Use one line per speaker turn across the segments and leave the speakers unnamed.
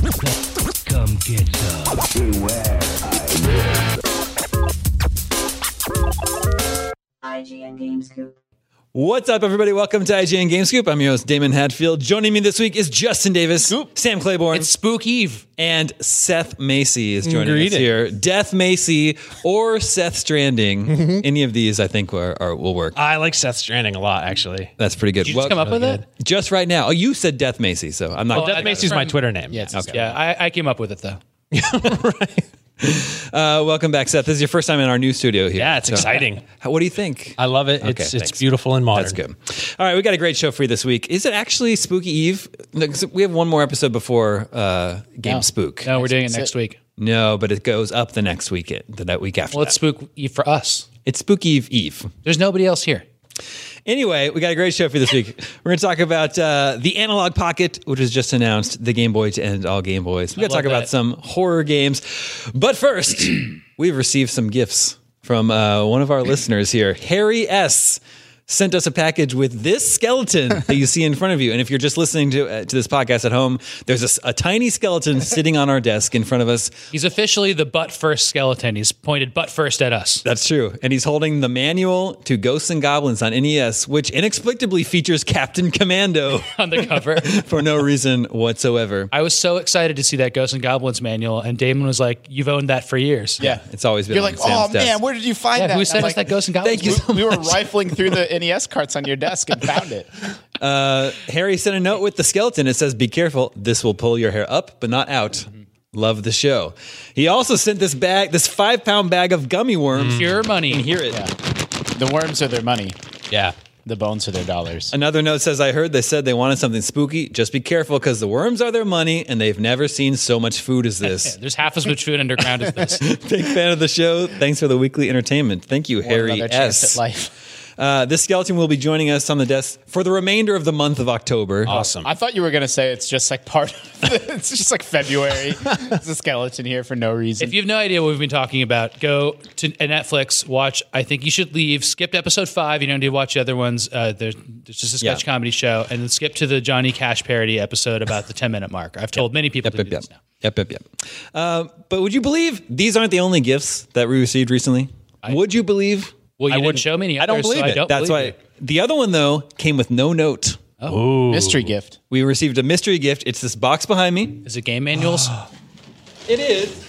Come get some. Beware.
IGN Games Coop.
What's up, everybody? Welcome to IGN Game Scoop. I'm your host, Damon Hadfield. Joining me this week is Justin Davis, Sam Claiborne,
It's Spook Eve.
and Seth Macy is joining us
Greetings.
here. Death Macy or Seth Stranding,
Mm-hmm.
any of these I think are, are, will work.
I like Seth Stranding a lot, actually.
That's pretty good.
Did you just come up with it?
Just right now. Oh, you said Death Macy, so I'm not.
Well, Death Macy's my Twitter name. Oh,
Yeah, it's yeah. I, I came up with it though.
uh, welcome back, Seth. This is your first time in our new studio here.
Yeah, it's exciting.
How, what do you think?
I love it.
Okay,
it's it's
thanks.
beautiful and modern.
That's good. All right, we got a great show for you this week. Is it actually Spooky Eve? No, 'cause we have one more episode before uh, Game Spook.
No, we're doing it next week.
No, but it goes up the next week, the that week after.
Well,
that.
it's spook Eve for us.
it's Spooky Eve Eve.
There's nobody else here.
Anyway, we got a great show for you this week. We're going to talk about uh, the Analog Pocket, which was just announced, the Game Boy to end all Game Boys. We're going to talk
love
about
that.
some horror games. But first, we've received some gifts from uh, one of our listeners here. Harry S. sent us a package with this skeleton that you see in front of you. And if you're just listening to, uh, to this podcast at home, there's a s- a, tiny skeleton sitting on our desk in front of us.
He's officially the butt first skeleton. He's pointed butt first at us.
That's true. And he's holding the manual to Ghosts and Goblins on NES, which inexplicably features Captain Commando.
on the cover.
for no reason whatsoever.
I was so excited to see that Ghosts and Goblins manual, and Damon was like, "You've owned that for years."
Yeah.
It's always been
You're
on
like,
Sam's
oh
desk.
man, where did you find
Yeah,
that?
who
I'm
sent us
like,
that Ghosts and Goblins?
Thank you
manual?
so
We were rifling through the NES carts on your desk and found it.
Harry sent a note with the skeleton. It says, "Be careful. This will pull your hair up, but not out."
Mm-hmm.
Love the show. He also sent this bag, this five pound bag of gummy worms.
Mm-hmm.
Pure money.
Hear it.
The worms are their money.
Yeah.
The bones are their dollars.
Another note says, "I heard they said they wanted something spooky. Just be careful because the worms are their money, and they've never seen so much food as this."
There's half as much food underground as this.
Big fan of the show. Thanks for the weekly entertainment. Thank you, Harry
Another chance
S.
at life.
Uh, this skeleton will be joining us on the desk for the remainder of the month of October.
Awesome.
I thought you were gonna say it's just like part. Of the, it's just like February. There's a skeleton here for no reason.
if you have no idea what we've been talking about, go to Netflix, watch. I think you should leave. Skip to episode five. You don't need to watch the other ones. Uh, there's, there's just a sketch
Yeah.
comedy show, and then skip to the Johnny Cash parody episode about the 10 minute mark. I've told many people to
Yep,
do
yep,
this now.
yep, yep, yep. Uh, but would you believe these aren't the only gifts that we received recently? would you believe?
Well, you
I
didn't
wouldn't-
show me any
I don't
others, so
believe
I
it.
don't
That's why
believe
the other one though came with no note.
mystery gift.
We received a mystery gift. It's this box behind me.
Is it game manuals?
It is.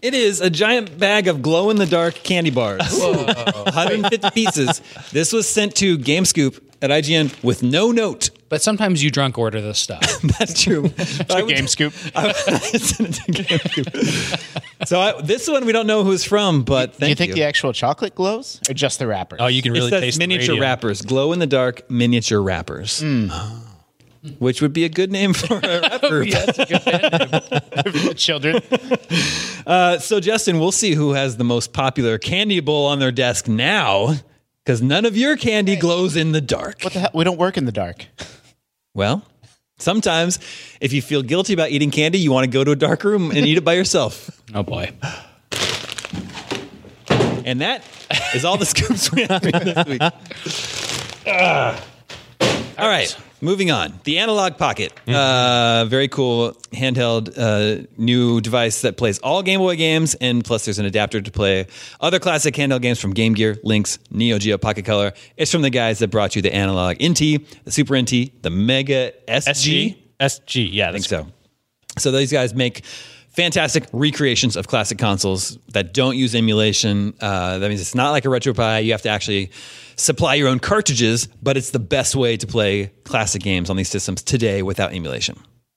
It is a giant bag of glow in the dark candy bars. 150 pieces. This was sent to Game Scoop at IGN with no note.
but sometimes you drunk order this stuff.
That's true. I would-
Game scoop.
I would send it to GameCube. so I, this one we don't know who's from, but
Do
thank
you think the actual chocolate glows or just the wrapper?
Oh, you can really
it says
taste the
miniature
radium.
wrappers, glow in the dark miniature wrappers,
Hmm.
which would be a good name for a rap
Oh,
group.
children.
Uh, so Justin, we'll see who has the most popular candy bowl on their desk now, because none of your candy glows in the dark.
What the hell? We don't work in the dark.
Well, sometimes if you feel guilty about eating candy, you want to go to a dark room and eat it by yourself.
oh boy.
And that is all the scoops we have for you this week. all right, moving on. The Analog Pocket, uh, very cool handheld uh, new device that plays all Game Boy games, and plus there's an adapter to play other classic handheld games from Game Gear, Lynx, Neo Geo, Pocket Color. It's from the guys that brought you the Analog NT, the Super NT, the Mega SG.
SG. SG. Yeah.
I think
That's
so. So these guys make fantastic recreations of classic consoles that don't use emulation. Uh, that means it's not like a RetroPie. You have to actually supply your own cartridges, but it's the best way to play classic games on these systems today without emulation.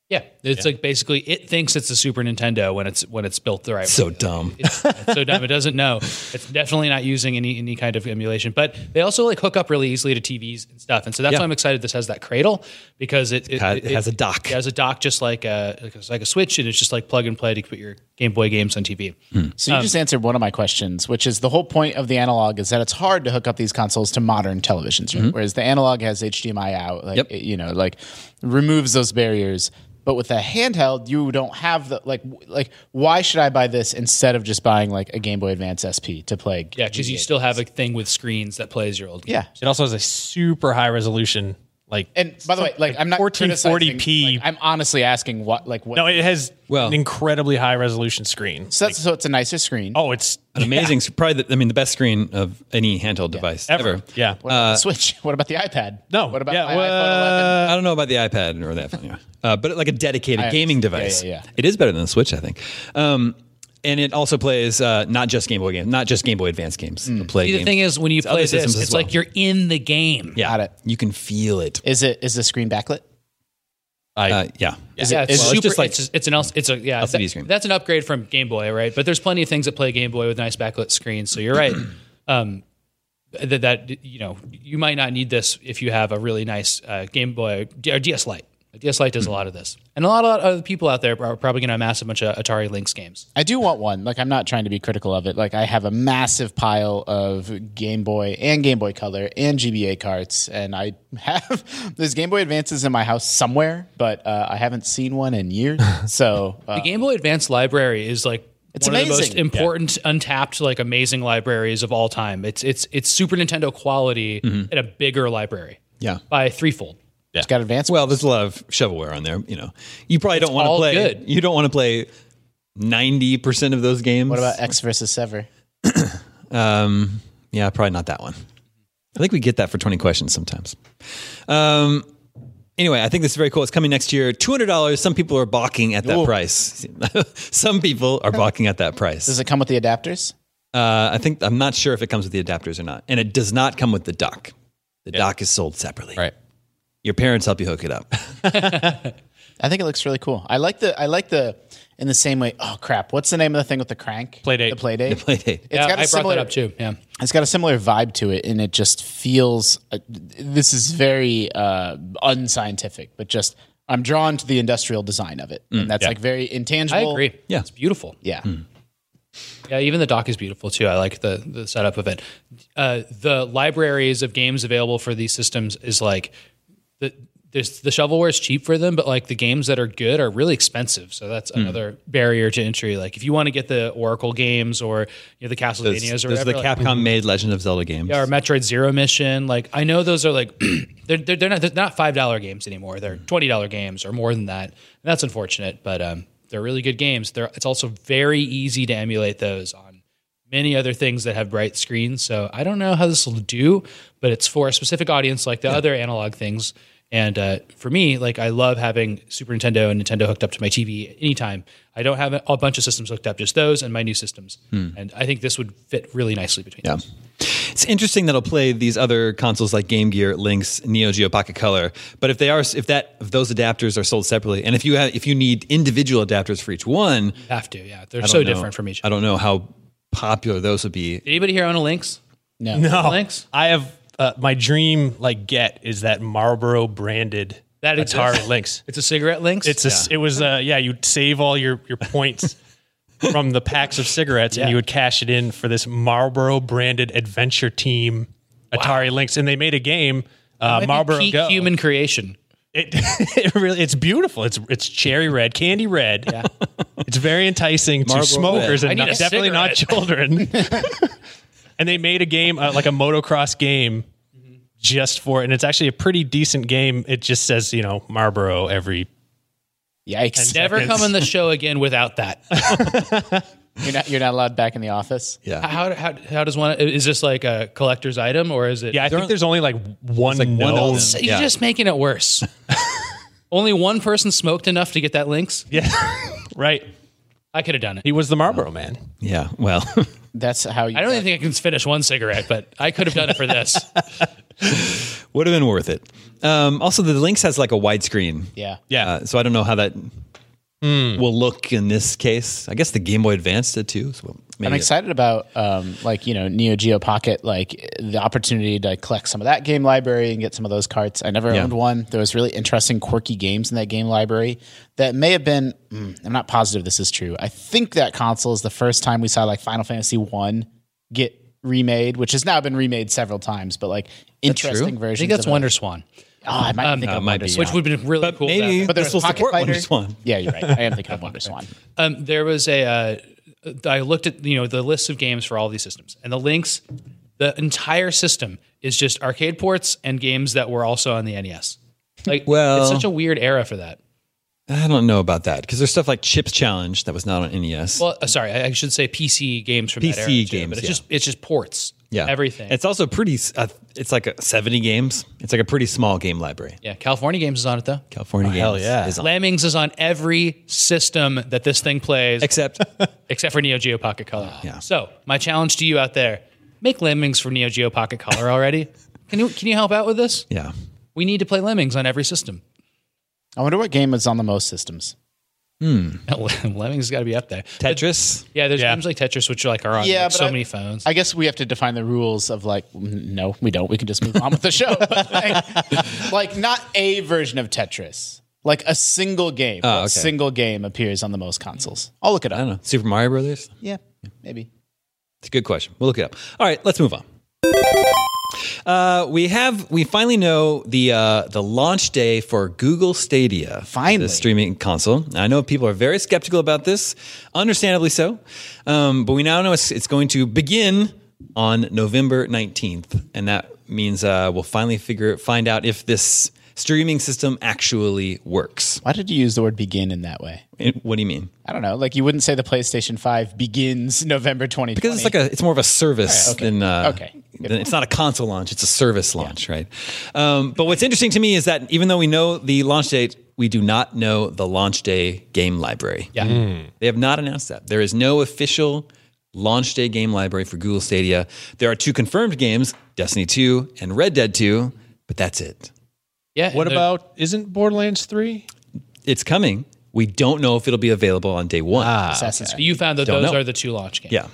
Yeah, it's like basically it thinks it's a Super Nintendo when it's when it's built the right way.
So dumb.
It's, it's so dumb. It doesn't know. It's definitely not using any any kind of emulation. But they also like hook up really easily to TVs and stuff. And so that's
Yeah.
why I'm excited. This has that cradle because it it,
ha- it has a dock.
It has a dock just like a like a- like a switch, and it's just like plug and play to put your Game Boy games on TV.
Hmm.
So
Um,
you just answered one of my questions, which is the whole point of the analog is that it's hard to hook up these consoles to modern televisions,
Mm-hmm.
right? whereas the analog has HDMI out, like
Yep.
it, you know, like removes those barriers. But with a handheld, you don't have the like w- like why should I buy this instead of just buying like a Game Boy Advance SP to play?
Yeah, because you still have a thing with screens that plays your old. Game.
yeah.
It also has a super high resolution Like
And by the way, like I'm not
1440p.
criticizing, like, I'm honestly asking what, like, what?
no, it has
Well-
an incredibly high resolution screen.
so, that's, so it's a nicer screen.
Oh, it's
An amazing, probably. The, I mean, the best screen of any handheld device ever.
ever. Yeah.
What about the Switch? What about the iPad?
uh, No.
What about
Yeah, uh,
my iPhone
well,
11?
Uh, I don't know about the iPad or that phone, yeah. uh, but like a dedicated
I-
gaming
yeah,
device.
yeah, yeah.
It is better than the Switch, I think. Um, and it also plays uh, not just Game Boy games, not just Game Boy Advance games.
Mm.
The play
See, the
games.
thing is, when you play
other
this,
systems
it's
as well.
like you're in the game.
yeah,
Got it.
you can feel it.
Is it is the screen backlit?
I,
Uh, yeah,
Is yeah,
it-
it's
well, it's
super. It's,
just like-
it's, an else. It's a yeah.
LCD
that-
screen.
That's an upgrade from Game Boy, right? But there's plenty of things that play Game Boy with nice backlit screens. So you're right. um, that that you know you might not need this if you have a really nice uh, Game Boy or DS Lite. DS Lite does a lot of this, and a lot of other people out there are probably going to amass a bunch of Atari Lynx games.
I do want one. Like I'm not trying to be critical of it. Like I have a massive pile of Game Boy and Game Boy Color and GBA carts, and I have there's Game Boy Advances in my house somewhere, but uh, I haven't seen one in years. So uh,
The Game Boy Advance library is like
It's
one of the most
amazing.
important untapped like amazing libraries of all time. It's it's it's Super Nintendo quality in a bigger library.
Yeah.
By threefold.
it's got Advance.
Well, there's a lot of shovelware on there. You know, you probably don't want to
all
play.
good.
You don't want to play ninety percent of those games.
what about X versus Sever?
Um, yeah, probably not that one. I think we get that for 20 questions sometimes. Um, anyway, I think this is very cool. It's coming next year. $200. Some people are balking at that price. some people are balking at that price.
Does it come with the adapters?
Uh, I think I'm not sure if it comes with the adapters or not. And it does not come with the dock. The dock is sold separately.
right.
Your parents help you hook it up.
I think it looks really cool. I like the I like the in the same way. Oh crap! What's the name of the thing with the crank?
Playdate.
The playdate. It's
Playdate.
yeah, I
got a
brought
similar
that up too. Yeah.
it's got a similar vibe to it and it just feels uh, this is very uh, unscientific but just i'm drawn to the industrial design of it and that's like very
Mm, I
intangible
agree. Mm.
yeah.
It's beautiful.
yeah
Yeah, even the dock is beautiful too. I like the the setup of it. Uh, the libraries of games available for these systems is like the there's the shovelware is cheap for them, but like the games that are good are really expensive. So that's another barrier to entry. Like if you want to get the Oracle games or you know the Castlevanias
Those
or
are
whatever,
the
like-
Capcom made Legend of Zelda games.
or Metroid Zero Mission. Like I know those are like they're, they're they're not they're not five dollar games anymore. They're
Mm.
twenty dollar games or more than that. And that's unfortunate, but um, they're really good games. They're it's also very easy to emulate those on many other things that have bright screens. So I don't know how this will do, but it's for a specific audience like the other analog things. And uh, for me, like I love having Super Nintendo and Nintendo hooked up to my TV anytime. I don't have a, a bunch of systems hooked up, just those and my new systems. And I think this would fit really nicely between
Hmm. Yeah.
those.
It's interesting that I'll play these other consoles like Game Gear, Lynx, Neo Geo Pocket Color, but if they are if that if those adapters are sold separately and if you have if you need individual adapters for each one,
Have to, yeah. They're
I don't
so
know-
different from each
I
other.
don't know how popular those would be.
Did anybody here own a Lynx?
no,
No.
Links?
I have uh, my dream like get is that Marlboro branded
That exists.
Atari Lynx.
It's a cigarette Lynx.
It's a, it was uh yeah, you'd save all your your points from the packs of cigarettes and you would cash it in for this Marlboro branded adventure team Atari Lynx and they made a game uh, Marlboro
peak
Go.
human creation.
It, it really it's beautiful. It's it's cherry red, candy red. It's very enticing to
Marlboro
smokers
Red. I
and
need
not-
a
definitely not children. and they made a game uh, like a motocross game just for it, and it's actually a pretty decent game. It just says you know Marlboro every.
yikes
Never
Seconds.
come on the show again without that.
you're not you're not allowed back in the office
Yeah.
how, how, how does one? Is this like a collector's item or is it?
Yeah, I think there's only like one
like one
no.
of them.
So you're
Yeah.
just making it worse. Only one person smoked enough to get that Lynx.
Yeah, right.
I could have done it.
He was the Marlboro man.
Yeah. Well,
that's how you
I don't even think I can finish one cigarette, but I could have done it for this.
would have been worth it. Um, also the Lynx has like a widescreen.
yeah
Yeah,
Uh, so I don't know how that will look in this case. I guess the Game Boy Advance did too. So maybe
I'm excited about um, like you know Neo Geo Pocket, like the opportunity to like, collect some of that game library and get some of those carts. I never
Yeah.
owned one. There was really interesting, quirky games in that game library that may have been. Mm, I'm not positive this is true. I think that console is the first time we saw like Final Fantasy One get remade, which has now been remade several times, but like interesting
true?
versions.
I think that's
of it.
Wonder Swan,
Oh, I might think
it
of
Uh, might
Wonder
be,
Swan.
which would have been really
But
cool. to have
maybe
that.
But there's
this will
Pocket
support
Fighter.
Wonder Swan.
Yeah, you're right. I am thinking of Wonder Swan.
Um, there was a. Uh, I looked at you know the list of games for all these systems, and the links, the entire system is just arcade ports and games that were also on the NES. Like,
Well-
it's such a weird era for that.
I don't know about that because there's stuff like Chips Challenge that was not on E NES.
Well, uh, sorry, I I should say PC games from that era.
PC
too,
games,
but it's
yeah.
just it's just ports.
yeah,
everything.
It's also pretty. s- Uh, it's like a 70 games. It's like a pretty small game library.
yeah, California Games is on it though.
California games.
hell yeah.
is on-
Lemmings is on every system that this thing plays,
Except
except for Neo Geo Pocket Color.
Yeah.
So my challenge to you out there: make Lemmings for Neo Geo Pocket Color already. can you can you help out with this?
yeah,
We need to play Lemmings on every system.
I wonder what game was on the most systems.
Lemmings has got to be up there.
Tetris.
Yeah, there's
Yeah.
games like Tetris, which are like are on
Yeah,
like,
but
so
I-
many phones.
I guess we have to define the rules of like, mm, no, we don't. We can just move on with the show. But, like, like, not a version of Tetris. Like a single game.
Oh,
A
okay.
single game appears on the most consoles. I'll look it
I don't
up.
know. Super Mario Brothers.
Yeah, maybe.
It's a good question. We'll look it up. All right, let's move on. Uh, we have we finally know the uh, the launch day for Google Stadia,
Finally.
the streaming console. I know people are very skeptical about this, understandably so, um, but we now know it's, it's going to begin on November nineteenth, and that means uh, we'll finally figure find out if this streaming system actually works.
Why did you use the word begin in that way?
What do you mean?
I don't know. Like you wouldn't say the PlayStation 5 begins November 2020.
because it's like a it's more of a service than uh,
Okay.
than- it's not a console launch; it's a service launch, right? Um, but what's interesting to me is that even though we know the launch date, we do not know the launch day game library.
yeah,
They have not announced that. There is no official launch day game library for Google Stadia. There are two confirmed games, Destiny 2 and Red Dead 2, but that's it.
yeah.
What
and they're-
about isn't Borderlands three?
It's coming. We don't know if it'll be available on day 1.
Assassin's Creed.
you found that
Don't
those
know.
are the two launch games?
Yeah.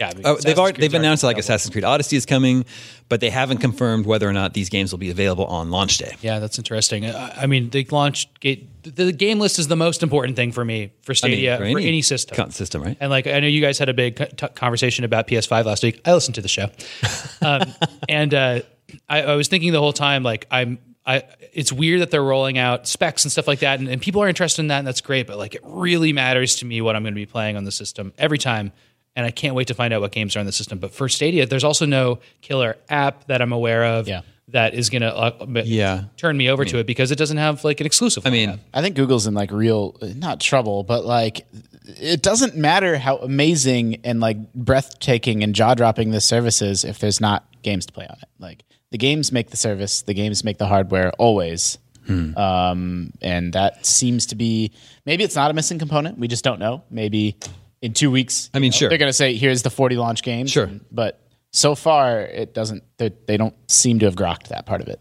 yeah. I mean,
Oh, they've
Assassin's
already,
Creed's
they've
already
announced like
available.
Assassin's Creed Odyssey is coming, but they haven't confirmed whether or not these games will be available on launch day.
Yeah, that's interesting. I, I mean, the launch gate, the, the game list is the most important thing for me for
I mean,
Stadia for, any, system.
con- system, right?
and like I know you guys had a big co- t- conversation about PS5 last week. I listened to the show, um, and uh, I, I was thinking the whole time like I'm. I, it's weird that they're rolling out specs and stuff like that, and, and people are interested in that, and that's great. But like, it really matters to me what I'm going to be playing on the system every time, and I can't wait to find out what games are on the system. But for Stadia, there's also no killer app that I'm aware of
Yeah.
that is going to uh, but
Yeah.
turn me over to it because it doesn't have like an exclusive.
I mean,
I think Google's in like real, not trouble, but like it doesn't matter how amazing and like breathtaking and jaw dropping this service is if there's not games to play on it. Like the games make the service, the games make the hardware always.
Hmm.
Um, and that seems to be maybe it's not a missing component. We just don't know. Maybe in two weeks,
I mean, sure.
they're going to say here's the 40 launch games.
Sure.
but so far it doesn't. They they don't seem to have grokked that part of it.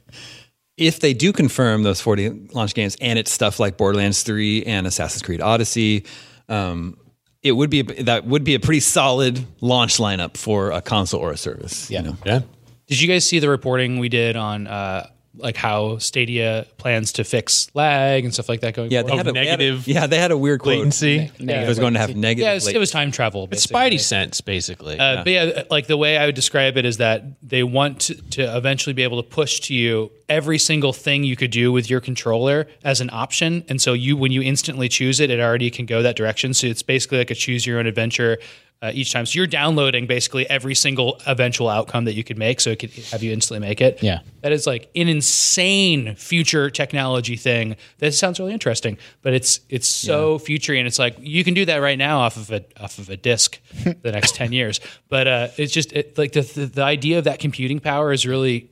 if they do confirm those 40 launch games and it's stuff like Borderlands 3 and Assassin's Creed Odyssey, um, it would be that would be a pretty solid launch lineup for a console or a service. Yeah.
Yeah.
Did you guys see the reporting we did on uh, like how Stadia plans to fix lag and stuff like that going?
Yeah,
forward?
Of
they had a, they had a-
negative
yeah, they had a weird quote.
Latency.
It was going to have negative.
yeah, it was, it
latency.
was time travel.
It's
Basically.
Spidey sense, basically.
Uh, But yeah, like the way I would describe it is that they want to, to eventually be able to push to you every single thing you could do with your controller as an option, and so you when you instantly choose it, it already can go that direction. So it's basically like a choose your own adventure. Uh, each time, so you're downloading basically every single eventual outcome that you could make, so it could have you instantly make it.
Yeah.
that is like an insane future technology thing. That sounds really interesting, but it's it's so future and it's like you can do that right now off of a off of a disc for the next ten years. But uh, it's just it, like the, the the idea of that computing power is really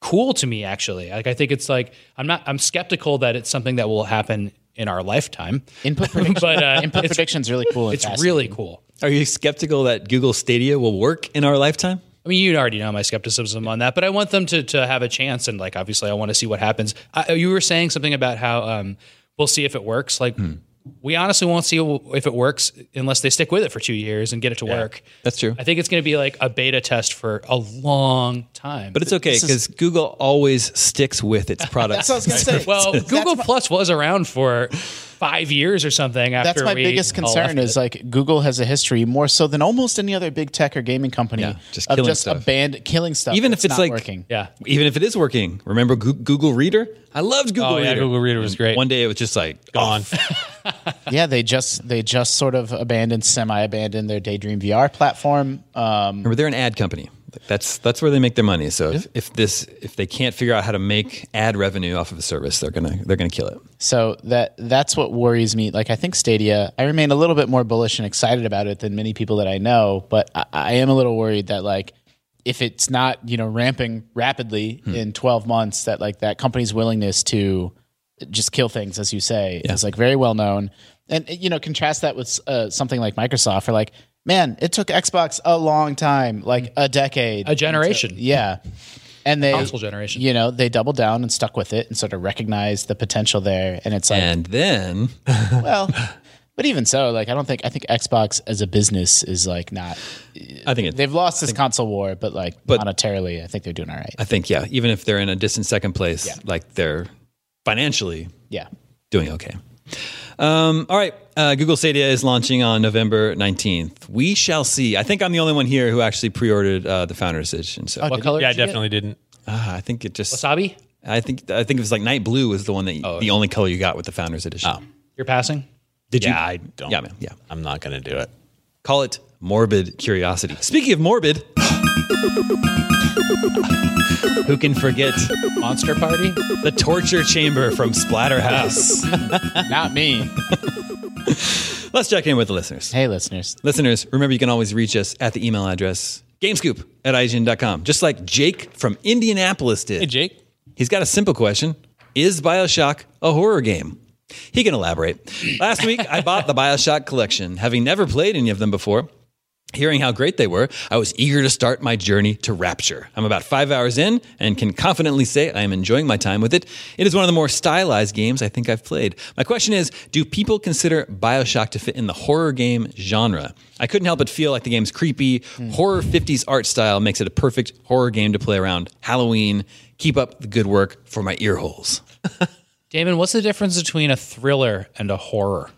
cool to me. Actually, like I think it's like I'm not I'm skeptical that it's something that will happen in our lifetime,
Input prediction.
but uh,
input
it's,
prediction's really cool. And
it's
fascinating.
really cool.
Are you skeptical that Google Stadia will work in our lifetime?
I mean, you already know my skepticism on that, but I want them to to have a chance, and like obviously, I want to see what happens. I, you were saying something about how um, we'll see if it works. Like,
Hmm.
we honestly won't see if it works unless they stick with it for two years and get it to work.
That's true.
I think it's going to be like a beta test for a long time.
But it's okay because Google always sticks with its products.
That's what I was going to say.
well, Google Plus was around for five years or something. After
That's my
we
biggest
all left
concern is uh, like Google has a history more so than almost any other big tech or gaming company
Yeah, just
of
killing
just
stuff.
abandon killing stuff.
Even if
that's
it's
not
like-
working.
it. yeah.
Even if it is working, remember Goo- Google Reader? I loved Google
oh
Reader.
yeah, Google Reader was great.
One day it was just like
gone.
yeah, they just they just sort of abandoned, semi abandoned their Daydream VR platform. Um,
Remember, they're an ad company. That's that's where they make their money. So if, if this if they can't figure out how to make ad revenue off of a service, they're gonna they're gonna kill it.
So that that's what worries me. Like I think Stadia, I remain a little bit more bullish and excited about it than many people that I know, but I, I am a little worried that like if it's not you know ramping rapidly
Hmm.
in 12 months, that like that company's willingness to just kill things, as you say, is like very well known. And you know, contrast that with uh, something like Microsoft, or like man, it took Xbox a long time, like a decade,
Hmm. a generation.
yeah. And they
Console generation.
you know, they doubled down and stuck with it and sort of recognized the potential there. And it's like,
And then
well, but even so, like, I don't think, I think Xbox as a business is like not,
I think it,
they've lost this console war, but like
But-
monetarily, I think they're doing all right.
I think yeah, even if they're in a distant second place, like they're financially
Yeah.
doing okay. Um, all right, uh, Google Stadia is launching on November nineteenth. We shall see. I think I'm the only one here who actually pre-ordered uh, the Founder's Edition. So
What color?
Yeah, I
did you get?
definitely didn't.
ah, I think it just
Wasabi.
I think I think it was like night blue was the one that you- the only color you got with the Founder's Edition. Oh.
You're passing.
Did yeah, you? I don't.
Yeah, man. Yeah.
I'm not going to do it.
Call it morbid curiosity. Speaking of morbid, who can forget
Monster party.
the torture chamber from Splatterhouse?
Not me.
Let's check in with the listeners.
hey, listeners.
Listeners, remember you can always reach us at the email address gamescoop at IGN.com, just like Jake from Indianapolis did.
Hey, Jake.
He's got a simple question Is Bioshock a horror game? He can elaborate. Last week, I bought the Bioshock collection, having never played any of them before. Hearing how great they were, I was eager to start my journey to Rapture. I'm about five hours in and can confidently say I am enjoying my time with it. It is one of the more stylized games I think I've played. My question is Do people consider Bioshock to fit in the horror game genre? I couldn't help but feel like the game's creepy, horror 50s art style makes it a perfect horror game to play around Halloween. Keep up the good work for my ear holes.
Damon, what's the difference between a thriller and a horror?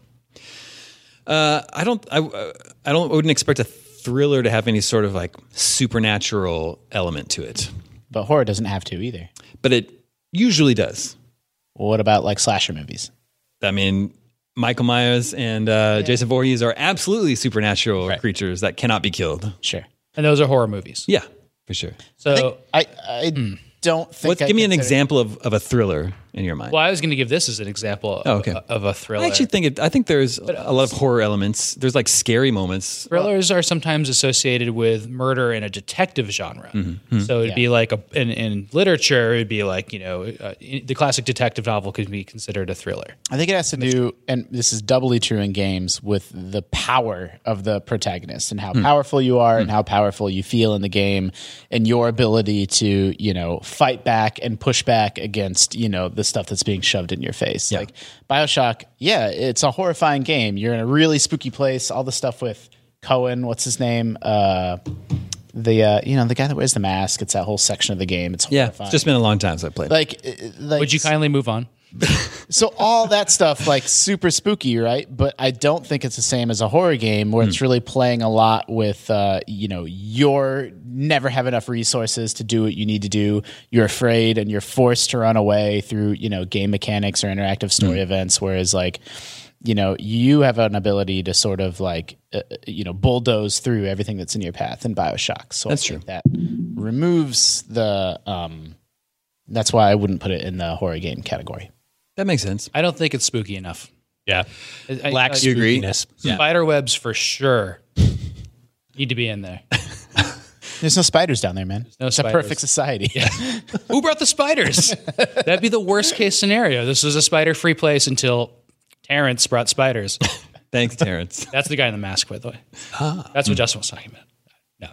I don't. I, uh, I don't. Wouldn't expect a thriller to have any sort of like supernatural element to it,
But horror doesn't have to either.
but it usually does.
Well, what about like slasher movies?
I mean, Michael Myers and uh, Jason Voorhees are absolutely supernatural creatures that cannot be killed.
Sure.
And those are horror movies.
Yeah, for sure.
So.
I, I don't think.
Hmm. Let's
I
give me an
consider-
example of, of a thriller in your mind.
Well, I was going to give this as an example of,
Oh, okay.
of a thriller.
I actually think it. I think there's a lot of horror elements. There's like scary moments.
Thrillers are sometimes associated with murder in a detective genre.
Mm-hmm,
So it'd be like a, in, in literature, it'd be like, you know, uh, in- the classic detective novel could be considered a thriller.
I think it has to do, and this is doubly true in games, with the power of the protagonist and how powerful you are and how powerful you feel in the game and your ability to, you know, fight back and push back against, you know, the stuff that's being shoved in your face. Like Bioshock, yeah, it's a horrifying game. You're in a really spooky place. All the stuff with Cohen, what's his name? Uh, the uh, you know the guy that wears the mask. It's that whole section of the game. It's
Yeah,
horrifying.
it's just been a long time since I played.
like, uh, like
Would you kindly move on?
so all that stuff like super spooky right but i don't think it's the same as a horror game where it's really playing a lot with uh, you know you're never have enough resources to do what you need to do you're afraid and you're forced to run away through you know game mechanics or interactive story events whereas like you know you have an ability to sort of like uh, you know bulldoze through everything that's in your path in bioshock so that's
true.
that removes the um that's why i wouldn't put it in the horror game category
that makes sense.
I don't think it's spooky enough.
Yeah.
I- I-
Black
I-
you agree? Yeah.
Spider webs for sure need to be in there.
There's no spiders down there, man.
no
it's a
spiders.
perfect society.
Who brought the spiders? That'd be the worst case scenario. This was a spider free place until Terrence brought spiders.
Thanks, Terrence.
That's the guy in the mask, by the way. That's what Justin was talking about. No.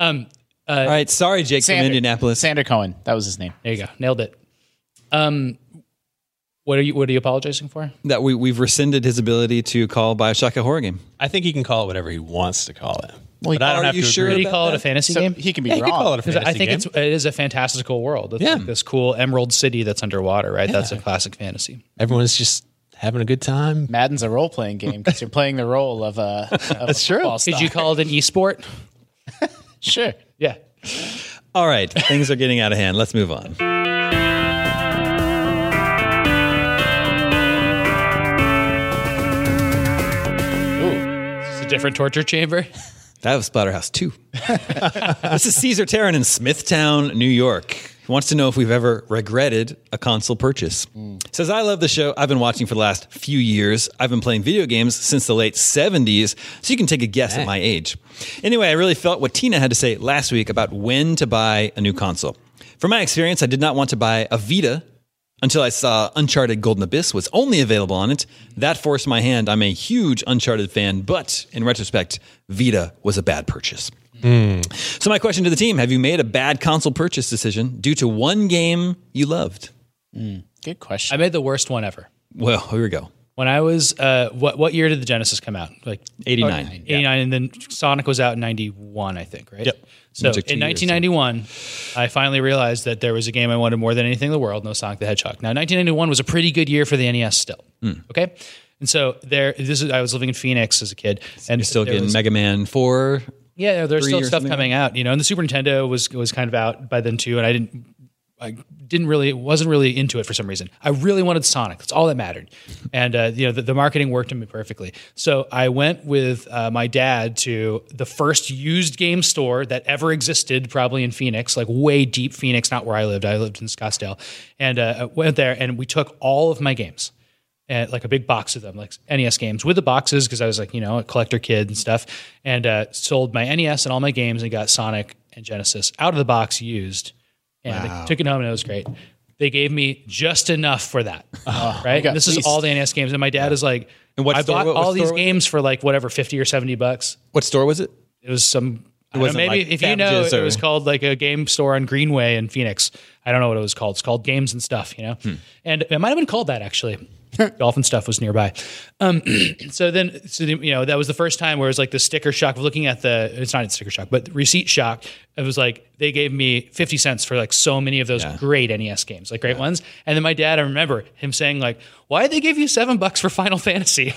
Um,
All right, sorry, Jake from
Sander-
Indianapolis.
Sander Cohen, that was his name.
there you go. Nailed it. Um, what are you what are you apologizing for?
that we, we've rescinded his ability to call Bioshock a horror game.
I think he can call it whatever he wants to call it.
Well,
but I don't
are
have
you
to
sure
Did
agree. with
he
about
call it
that?
a fantasy
So
game?
he can be
Yeah, he
wrong.
could call it a
'Cause
fantasy
I think
game.
it's it is a fantastical world. It's
Yeah.
like this cool Emerald City that's underwater, right? That's a classic fantasy.
Everyone's just having a good time.
Madden's a role playing game because you're playing the role of a. Of That's
true.
Could you call it an esport?
Sure.
Yeah.
All right, things are getting out of hand. Let's move on.
It's a different torture chamber.
That was Splatterhouse 2. this is Caesar Terran in Smithtown, New York. He wants to know if we've ever regretted a console purchase. Says, I love the show. I've been watching for the last few years. I've been playing video games since the late 70s, so you can take a guess at my age. Anyway, I really felt what Tina had to say last week about when to buy a new console. From my experience, I did not want to buy a Vita until I saw Uncharted Golden Abyss was only available on it. That forced my hand. I'm a huge Uncharted fan, but in retrospect, Vita was a bad purchase. So, my question to the team have you made a bad console purchase decision due to one game you loved?
Good question.
I made the worst one ever.
Well, here we go.
When I was, uh, what what year did the Genesis come out? Like
89.
89, Oh, and then Sonic was out in 91, I think, right?
Yep.
So in
It took two years,
1991, I finally realized that there was a game I wanted more than anything in the world, no Sonic the Hedgehog. Now, 1991 was a pretty good year for the NES still.
Hmm.
Okay? And so there this is I was living in Phoenix as a kid and
You're still
there
getting
was-
Mega Man 4.
yeah, there's
three
still
or
stuff
something.
coming out, you know, and the Super Nintendo was was kind of out by then too, and I didn't I didn't really wasn't really into it for some reason. I really wanted Sonic. That's all that mattered, and uh, you know the, the marketing worked on me perfectly. So I went with uh, my dad to the first used game store that ever existed, probably in Phoenix, like way deep Phoenix, not where I lived. I lived in Scottsdale, and uh, I went there and we took all of my games and like a big box of them, like NES games with the boxes, because I was like, you know, a collector kid and stuff, and uh, sold my NES and all my games and got Sonic and Genesis out of the box used. And I took it home and it was great. They gave me just enough for that,
Oh,
right?
got
This is
fleeced.
all the NES games, and my dad is like,
And what
I
store-
bought
what- what
all these
store was it?
games for like whatever fifty or seventy bucks.
What store was it?
It was some. I don't know,
wasn't
maybe
like
if you know,
Babbage's
it was
or-
called like a game store on Greenway in Phoenix. I don't know what it was called. It's called Games and Stuff, you know? And it might have been called that actually. Dolphin Stuff was nearby. Um, so then, so the, you know, that was the first time where it was like the sticker shock of looking at the, it's not sticker shock, but receipt shock. It was like they gave me 50 cents for like so many of those great NES games, like great ones. And then my dad, I remember him saying, like, why did they give you seven bucks for Final Fantasy?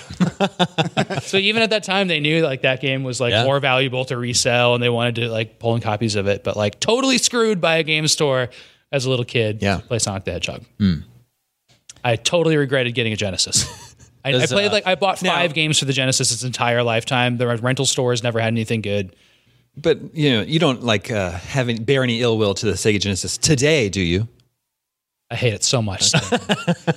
So even at that time, they knew like that game was like more valuable to resell, and they wanted to like pull in copies of it. But like totally screwed by a game store as a little kid.
Yeah. Hmm.
to play Sonic the Hedgehog. I totally regretted getting a Genesis. I, I
uh,
played like I bought five games for the Genesis its entire lifetime. The rental stores never had anything good.
But you know, you don't like uh, have any, bear any ill will to the Sega Genesis today, do you?
I hate it so much. So,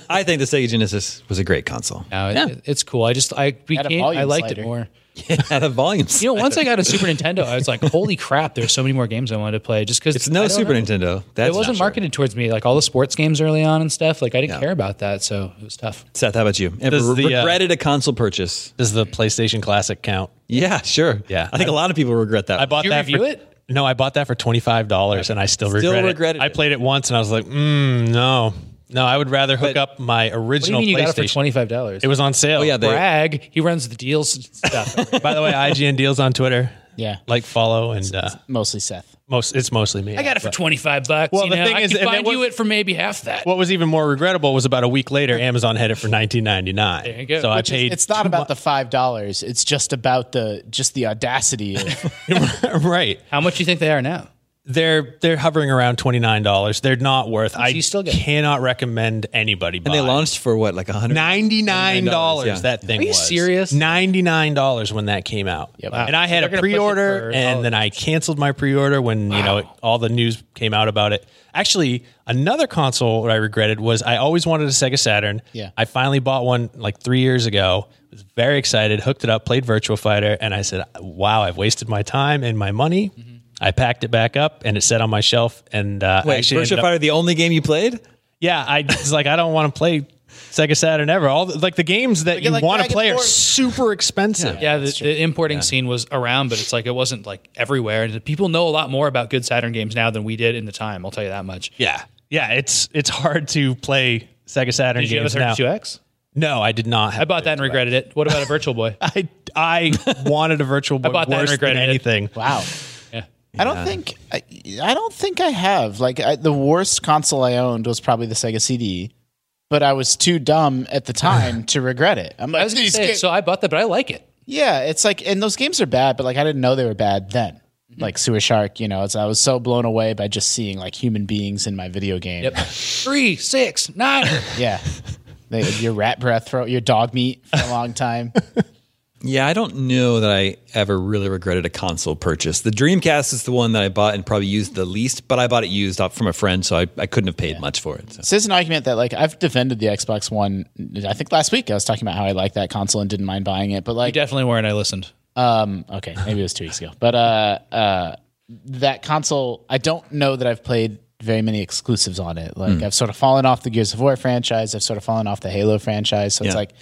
I think the Sega Genesis was a great console.
now, it- it's cool. I just I became I
volume
liked
slider.
it more.
It had a volume.
You know, once I got a Super Nintendo, I was like, "Holy crap! There's so many more games I wanted to play." Just because
it's no Super Nintendo. That's
it wasn't
not true.
marketed towards me like all the sports games early on and stuff like i didn't
Yeah.
care about that so it was tough
Seth, how about you? Ever
Does the, uh,
regretted a console purchase?
Does the PlayStation Classic count?
Yeah, sure.
Yeah.
I think a lot of people regret that.
I bought
you
that
review
for,
it?
No, I bought that for twenty five dollars, and I still,
Still
regret
regretted
it. I
it.
played it once, and I was like, mm, no, no, I would rather hook
But-
up
what
my
do you
original
mean you got it for
PlayStation.
$25
it was on sale.
Oh yeah, they,
brag he runs the deals and stuff
By the way, IGN deals on Twitter.
Yeah.
like follow and uh,
Mostly Seth.
most. It's mostly me.
i got it for 25 bucks
Well,
you
the
know?
thing
i
is-
can
and it
find you
was-
it for maybe half that
What was even more regrettable was about a week later, Amazon had it for nineteen ninety nine.
There you go.
So I
Which is-
paid.
It's not about the five dollars. It's just about the just the audacity of
right.
how much do you think they are now
They're they're hovering around twenty nine dollars. They're not worth. I
you still get-
cannot recommend anybody.
and they launched for what, like a hundred?
Ninety nine dollars.
Yeah.
That thing.
Are you
was.
serious?
Ninety nine dollars when that came out.
Wow.
And I had
They're
a
gonna push it
pre order,
for
and then I canceled my pre order when you know it, all the news came out about it. Actually, another console that I regretted was I always wanted a Sega Saturn.
Yeah.
I finally bought one like three years ago. Was very excited, hooked it up, played Virtual Fighter, and I said, "Wow, I've wasted my time and my money." I packed it back up, and it sat on my shelf. And uh, I
Wait,
actually ended
Virtua
up-
Fighter, the only game you played?
yeah, I was like, I don't want to play Sega Saturn ever. All the, like the games that you
like
want to
Dragon
play are
Force.
super expensive.
yeah the, the importing scene was around but it's like it wasn't like everywhere and people know a lot more about good saturn games now than we did in the time i'll tell you that much
yeah, Yeah, It's it's hard to play Sega Saturn
did you have a
games now.
32x
No, I did not. Have
i bought that and regretted it what about a virtual boy
I I wanted a Virtual Boy
bought that and
worse than
regretted it.
anything.
Wow. I don't think I, I don't think I have. Like I, the worst console I owned was probably the Sega CD, but I was too dumb at the time to regret it. I'm like,
i was gonna
"These
say
ga-
so i bought that but i like it
yeah, it's like, and those games are bad, but like I didn't know they were bad then. Like Sewer Shark, you know, it's, I was so blown away by just seeing like human beings in my video game.
yep three six nine
Yeah. They, your rat breath, throw your dog meat for a long time.
Yeah, I don't know that I ever really regretted a console purchase. The Dreamcast is the one that I bought and probably used the least, but I bought it used off from a friend, so I, I couldn't have paid much for it. So.
So there's an argument that like I've defended the Xbox One. I think last week I was talking about how I like that console and didn't mind buying it, but
You
like
definitely weren't. I listened.
okay, maybe it was two weeks ago. But uh, uh, that console, I don't know that I've played very many exclusives on it. Like
Hmm.
I've sort of fallen off the Gears of War franchise. I've sort of fallen off the Halo franchise. So it's
Yeah.
like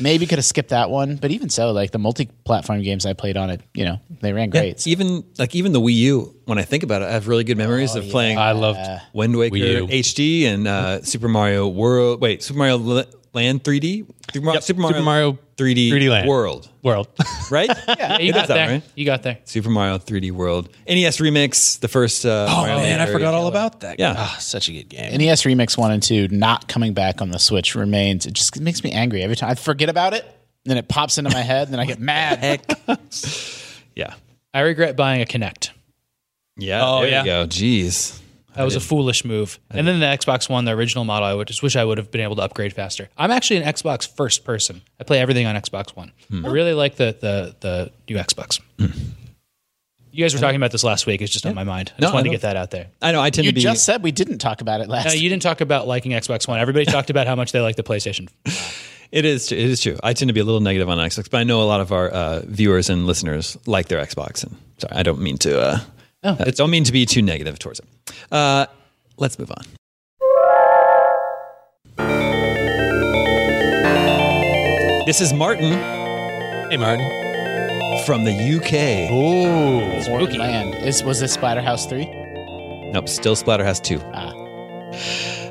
maybe could have skipped that one. But even so, like the multi-platform games I played on it, you know, they ran great. So-
Even like even the Wii U, when I think about it, I have really good memories of playing
I loved
Wind Waker
Wii U.
HD and uh, Super Mario World. Wait, Super Mario L- Land 3D, Super, Mar- Super Mario,
Super Mario
3D,
3D Land.
World,
World.
right?
Yeah, you
It
got
is that,
there.
right?
You got there.
Super Mario 3D World, NES Remix, the first. Uh, oh
Man, I forgot all about that.
Yeah.
Ah, such a good game.
NES E Remix One and Two not coming back on the Switch remains. It just makes me angry every time I forget about it. Then it pops into my head, and then I get mad.
Yeah,
I regret buying a Kinect.
yeah.
Oh,
there
yeah.
you go. Jeez.
That was a foolish move. And then the Xbox One, the original model, I would just wish I would have been able to upgrade faster. I'm actually an Xbox first person. I play everything on Xbox One. I really like the the the new Xbox. You guys were talking about this last week. It's just on my mind. I just
No,
wanted to
I
get that out there.
I know. I tend
You
to be
just said we didn't talk about it last.
Now, you didn't talk about liking Xbox One. Everybody talked about how much they like the PlayStation.
It is. It is true. I tend to be a little negative on Xbox, but I know a lot of our uh, viewers and listeners like their Xbox. And sorry, I don't mean to. Uh, I don't mean to be too negative towards it. Uh, let's move on. This is Martin
Hey, Martin.
from the UK.
Ooh.
Foreign Land. Is, was this Splatterhouse Ah. 3?
Nope, still Splatterhouse 2.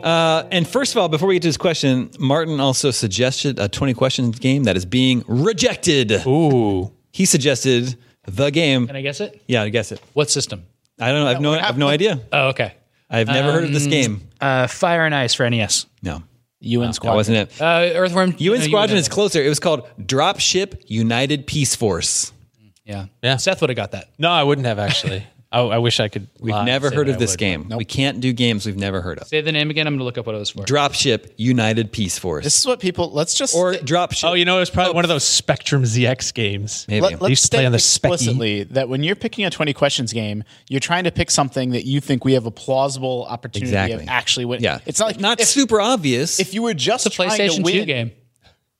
Uh, and first of all, before we get to this question, Martin also suggested a 20 questions game that is being rejected.
Ooh.
He suggested the game.
Can I guess it?
yeah, I guess it.
What system?
I don't know. I've no. I've no idea.
Oh, okay.
I've never heard of this game.
Uh, Fire and Ice for NES.
No,
You and
that
Squad.
wasn't it.
Uh, Earthworm.
UN
no,
Squadron
wouldn't
is closer. It was called Dropship United Peace Force.
have- Yeah.
Yeah.
Seth would have got that.
No, I wouldn't have actually. I, I wish I could.
We've
lie and
never
say
heard
that
of
I
this
would.
game. We can't do games we've never heard of.
Say the name again. I'm going to look up what it was for.
Dropship United Peace Force
This is what people. Let's just.
or
sta-
Dropship.
Oh, you know, it was probably one of those Spectrum ZX games.
Maybe.
let,
They
us
used to play
state
on the specky.
explicitly that when you're picking a 20 questions game, you're trying to pick something that you think we have a plausible opportunity
Exactly.
of actually winning.
yeah,
It's not like
not
if,
super obvious.
if you were just
It's a
trying to
PlayStation
win,
2 game.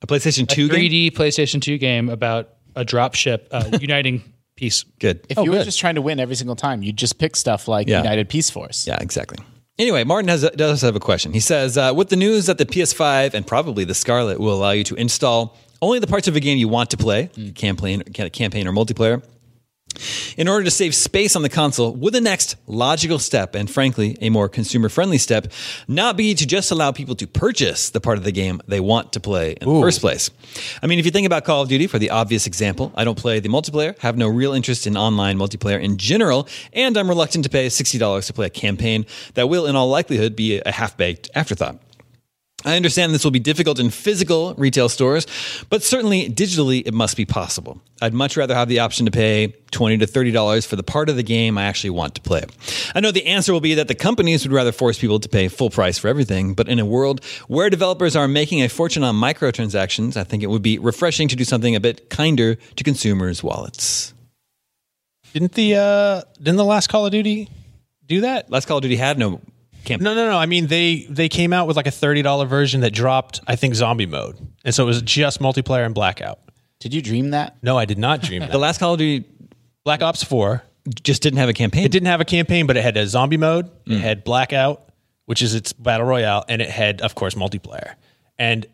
a PlayStation Two game.
3D PlayStation 2 game about a dropship uh, uniting piece.
Oh, Good.
If you were just trying to win every single time, you'd just pick stuff like
Yeah.
United Peace Force.
Yeah, exactly. Anyway, Martin has does have a question. He says, uh, "With the news that the PS5 and probably the Scarlet will allow you to install only the parts of a game you want to play, campaign, ca- campaign or multiplayer, in order to save space on the console, would the next logical step, and frankly a more consumer-friendly step, not be to just allow people to purchase the part of the game they want to play in the first place?" I mean, if you think about Call of Duty for the obvious example, I don't play the multiplayer, have no real interest in online multiplayer in general, and I'm reluctant to pay $60 to play a campaign that will, in all likelihood, be a half baked afterthought. I understand this will be difficult in physical retail stores, but certainly digitally it must be possible. I'd much rather have the option to pay $20 to $30 for the part of the game I actually want to play. I know the answer will be that the companies would rather force people to pay full price for everything, but in a world where developers are making a fortune on microtransactions, I think it would be refreshing to do something a bit kinder to consumers' wallets.
Didn't the uh, didn't the last Call of Duty do that?
Last Call of Duty had no campaign.
No, no, no. I mean, they they came out with like a thirty dollar version that dropped, I think, zombie mode, and so it was just multiplayer and blackout.
Did you dream that?
No, I did not dream
The
that.
last Call of Duty
Black Ops Four
just didn't have a campaign.
didn't have a campaign, but it had a zombie mode. It had blackout, which is its battle royale, and it had, of course, multiplayer. And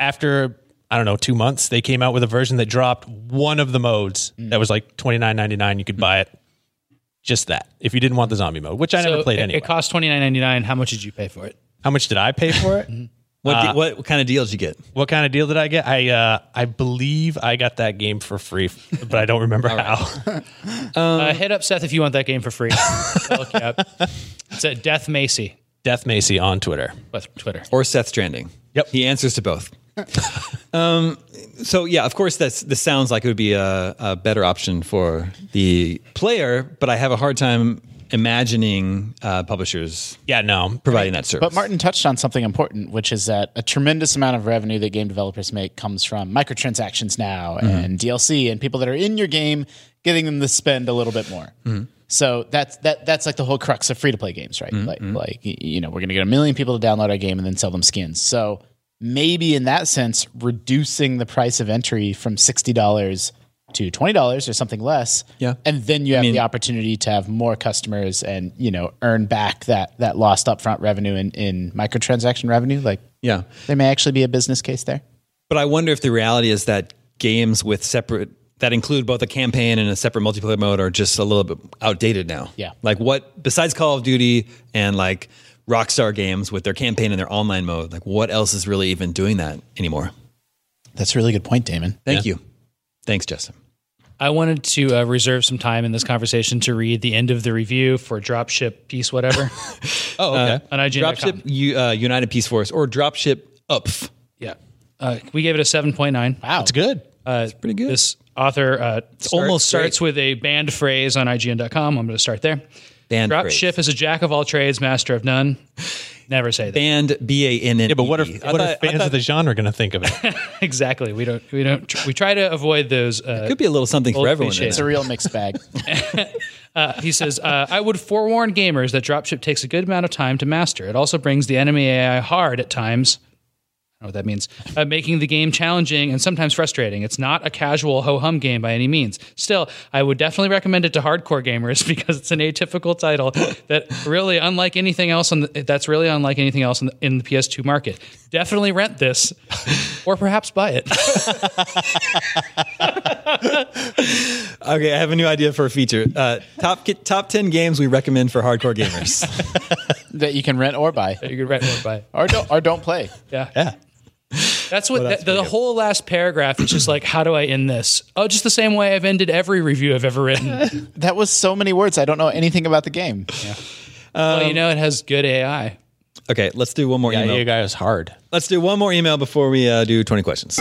after I don't know two months, they came out with a version that dropped one of the modes that was like twenty nine ninety nine. You could buy it. Just that, if you didn't want the zombie mode, which I never
So
played
it,
anyway.
It cost twenty nine ninety nine. How much did you pay for it?
How much did I pay for it?
Mm-hmm.
Uh,
What, de- what, what kind of deal did you get?
What kind of deal did I get? I uh, I believe I got that game for free, but I don't remember how. Um,
uh, hit up Seth if you want that game for free. Look it up. It's at Death Macy
Death Macy on Twitter.
with Twitter.
or Seth Stranding.
Yep.
he answers to both. um, so yeah, of course, that's this sounds like it would be a, a better option for the player, but I have a hard time imagining uh, publishers
Yeah, no.
providing that service.
But Martin touched on something important, which is that a tremendous amount of revenue that game developers make comes from microtransactions now and DLC and people that are in your game getting them to spend a little bit more. So that's that that's like the whole crux of free to play games, right? Like like y- you know, we're going to get a million people to download our game and then sell them skins. So maybe in that sense reducing the price of entry from $60 to $20 or something less.
Yeah.
And then you have
mean-
the opportunity to have more customers and you know earn back that that lost upfront revenue in, in microtransaction revenue like
yeah.
there may actually be a business case there
But I wonder if the reality is that games with separate that include both a campaign and a separate multiplayer mode are just a little bit outdated now.
Yeah.
Like what besides Call of Duty and like Rockstar games with their campaign and their online mode, like what else is really even doing that anymore?
that's a really good point damon
Thank you. Thanks, Justin.
I wanted to uh, reserve some time in this conversation to read the end of the review for dropship piece whatever
Oh,
Uh,
okay.
on IGN.com.
Dropship U- uh, United Peace Force or Dropship Upf.
Yeah. Uh, we gave it a 7.9.
wow
It's good.
That's
pretty good.
This author uh,
almost
almost
straight.
starts with a banned phrase on IGN.com. I'm going to start there.
Banned
Dropship
phrase.
is a jack of all trades, master of none. Never say that.
Banned B A N E N.
Yeah, but what are what are fans of the genre going to think of it?
exactly. We don't. We don't. We try to avoid those. Uh,
could be a little something for
Old
everyone. in
cliches.
it's
there.
a real mixed bag
he says, uh, "I would forewarn gamers that dropship takes a good amount of time to master. It also brings the enemy AI hard at times." I don't know what that means. Uh, making the game challenging and sometimes frustrating. It's not a casual ho hum game by any means. Still, I would definitely recommend it to hardcore gamers because it's an atypical title that really, unlike anything else, on the, that's really unlike anything else in the, in the PS2 market. Definitely rent this, or perhaps buy it.
Okay, I have a new idea for a feature. Uh, top get, top ten games we recommend for hardcore gamers.
that you can rent or buy
you could rent or buy it.
or don't or don't play
Yeah. Yeah. That's what that, the whole last paragraph is just like, how do I end this? Oh, just the same way I've ended every review I've ever written.
that was so many words i don't know anything about the game
well, you know, it has good AI.
Okay, let's do one more
Yeah,
email.
you guys hard.
Let's do one more email before we uh, do twenty questions.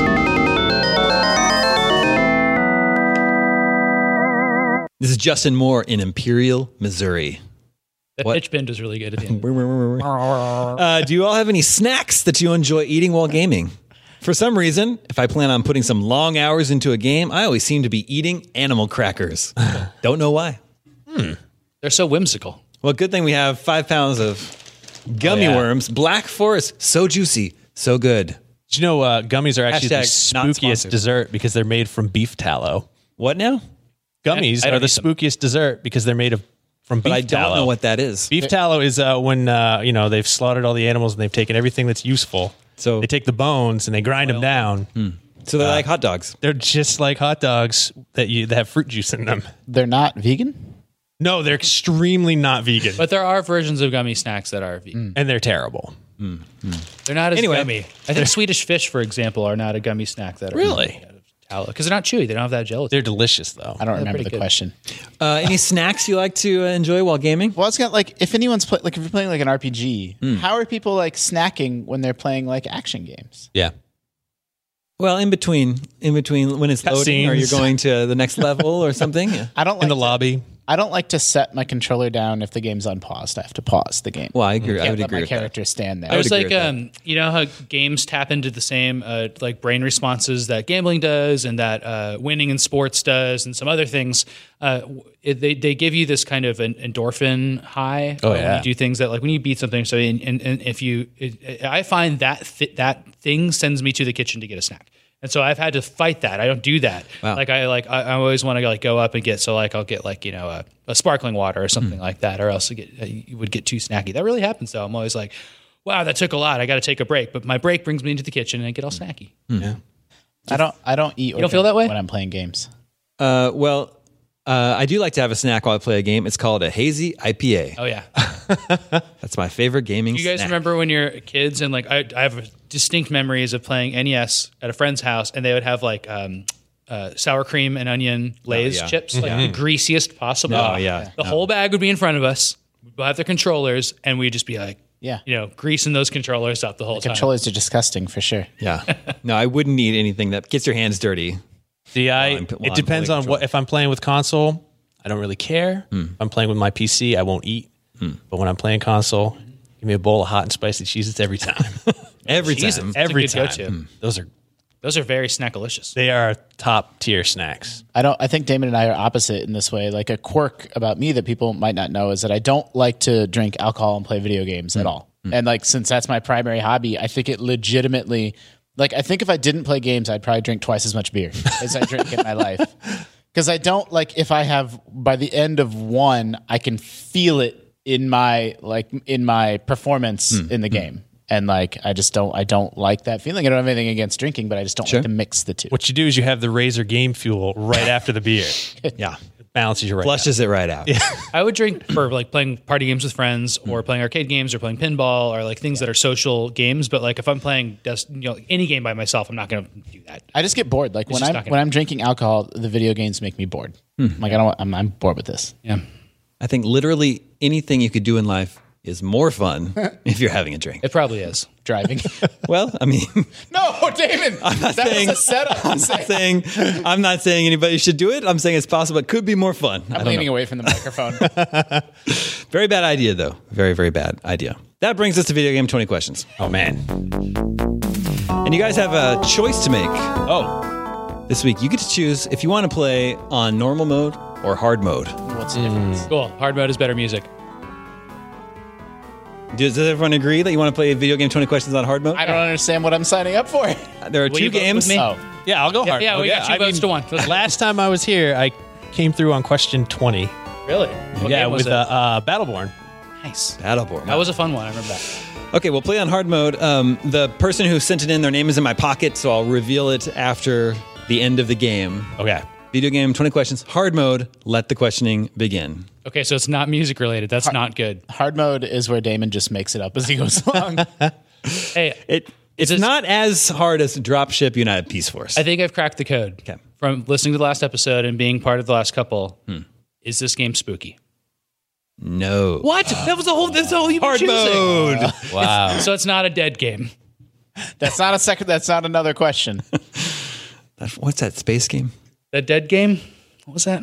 This is Justin Moore in Imperial, Missouri.
That
What?
pitch bend was really good at the end.
Uh, do you all have any snacks that you enjoy eating while gaming? For some reason, if I plan on putting some long hours into a game, I always seem to be eating animal crackers. Don't know why.
They're so whimsical.
Well, good thing we have five pounds of gummy
Oh, yeah.
worms. Black Forest, so juicy, so good.
Do you know uh, gummies are actually
Hashtag
the
not
spookiest
sponsored.
dessert because they're made from beef tallow.
What now?
Gummies
I don't
are the
eat them.
spookiest dessert because they're made of from beef
But I
tallow.
don't know what that is.
beef tallow is uh, when uh, you know they've slaughtered all the animals and they've taken everything that's useful.
So-
they take the bones and they grind them down.
So they're like hot dogs.
They're just like hot dogs that you that have fruit juice in them.
they're not vegan
No, they're extremely not vegan,
But there are versions of gummy snacks that are vegan.
and they're terrible.
They're not as
Anyway.
gummy. I think Swedish fish, for example, are not a gummy snack that are
Really?
Because they're not chewy. They don't have that gelatin.
They're delicious though.
i don't remember
pretty
the
good.
question
Uh, any snacks you like to uh, enjoy while gaming?
well it's got like if anyone's play, like if you're playing like an rpg how are people like snacking when they're playing like action games
Yeah,
Well, in between, in between when it's loading, or you're
Cutscenes.
going to the next level or something. Yeah.
i don't like
in the
to-
lobby.
I don't like to set my controller down if the game's unpaused. I have to pause the game.
Well, I agree. I
can't
would
let
agree.
my
With that.
character stand there.
I was
agree
like,
with that.
um, you know how games tap into the same uh, like brain responses that gambling does, and that uh, winning in sports does, and some other things. Uh, w- it, they they give you this kind of an endorphin high oh, when
yeah.
you do things that like when you beat something. So and, and, and if you, it, I find that thi that thing sends me to the kitchen to get a snack. And so I've had to fight that. I don't do that. Like I like I, I always want to like go up and get so like I'll get like you know a, a sparkling water or something like that, or else you, get, uh, you would get too snacky. That really happens though. I'm always like, wow, that took a lot. I got to take a break. But my break brings me into the kitchen and I get all snacky.
I don't. I don't eat. You
don't feel that way?
when I'm playing games.
Uh, well, uh, I do like to have a snack while I play a game. It's called a hazy IPA.
Oh yeah.
That's my favorite gaming.
You guys
snack.
remember when you're kids and like I, I have distinct memories of playing NES at a friend's house and they would have like um, uh, sour cream and onion Lay's
yeah.
chips, like the greasiest possible.
Oh, yeah.
the whole bag would be in front of us. We'd have their controllers and we'd just be like,
Yeah.
you know, greasing those controllers up the whole time.
Controllers are disgusting for sure.
Yeah. No, I wouldn't eat anything that gets your hands dirty.
See, I
I'm- well,
it
I'm
depends
fully
on what if I'm playing with console. I don't really care.
Hmm.
If I'm playing with my PC, I won't eat. But when I'm playing console, give me a bowl of hot and spicy cheeses every time.
Every
Jesus,
time.
every
It's a good
time.
go-to.
Those are
Those are very snackalicious.
they are top tier snacks.
I don't. I think Damon and I are opposite in this way. Like a quirk about me that people might not know is that I don't like to drink alcohol and play video games at all. And like since that's my primary hobby, I think it legitimately. Like I think if I didn't play games, I'd probably drink twice as much beer as I drink in my life. Because I don't like if I have by the end of one, I can feel it in my like in my performance in the game. And like I just don't I don't like that feeling. I don't have anything against drinking, but I just don't like to mix the two.
What you do is you have the Razor Game Fuel right after the beer.
Yeah.
Balances your right. out.
Flushes it right out.
I would drink for like playing party games with friends or playing arcade games or playing pinball or like things that are social games. But like if I'm playing just you know any game by myself, I'm not going to do that.
I just get bored. Like when
just
I'm
not gonna-
when I'm drinking alcohol, the video games make me bored. Like I don't. want- I'm, I'm bored with this.
Yeah.
I think literally anything you could do in life is more fun if you're having a drink.
It probably is.
Driving.
Well, I mean,
no, Damon. that
saying-
was a setup. I'm,
I'm not saying I'm not saying anybody should do it. I'm saying it's possible. It could be more fun. I don't know.
leaning away from the microphone.
Very bad idea, though. Very, very bad idea. That brings us to video game 20 questions.
Oh man,
And you guys have a choice to make. Oh, this week you get to choose if you want to play on normal mode or hard mode.
What's the difference?
Cool. Hard mode is better music.
Does, does everyone agree that you want to play video game 20 questions on hard mode?
I don't understand what I'm signing up for.
there are
Will you
two
vote with
games.
me?
Oh,
yeah, I'll go hard.
yeah, we
Okay,
got two
I
votes
mean,
to one. Let's-
Last time I was here, I came through on question twenty.
Really?
yeah, with uh, uh, Battleborn.
nice.
Battleborn.
That was a fun one. I remember that.
Okay, we'll play on hard mode. Um, the person who sent it in, their name is in my pocket, so I'll reveal it after the end of the game.
Okay,
Video game 20 questions, hard mode. Let the questioning begin.
Okay, so it's not music related. That's not good.
hard mode is where Damon just makes it up as he goes along.
Hey,
It it's
this-
not as hard as Dropship United Peace Force.
I think I've cracked the code.
Okay.
From listening to the last episode and being part of the last couple, is this game spooky?
no.
What? That was the whole. That's the whole you were
Hard mode.
So it's not a dead game.
that's not a second. That's not another question.
That- Uh, What's that space game?
That dead game. What was that?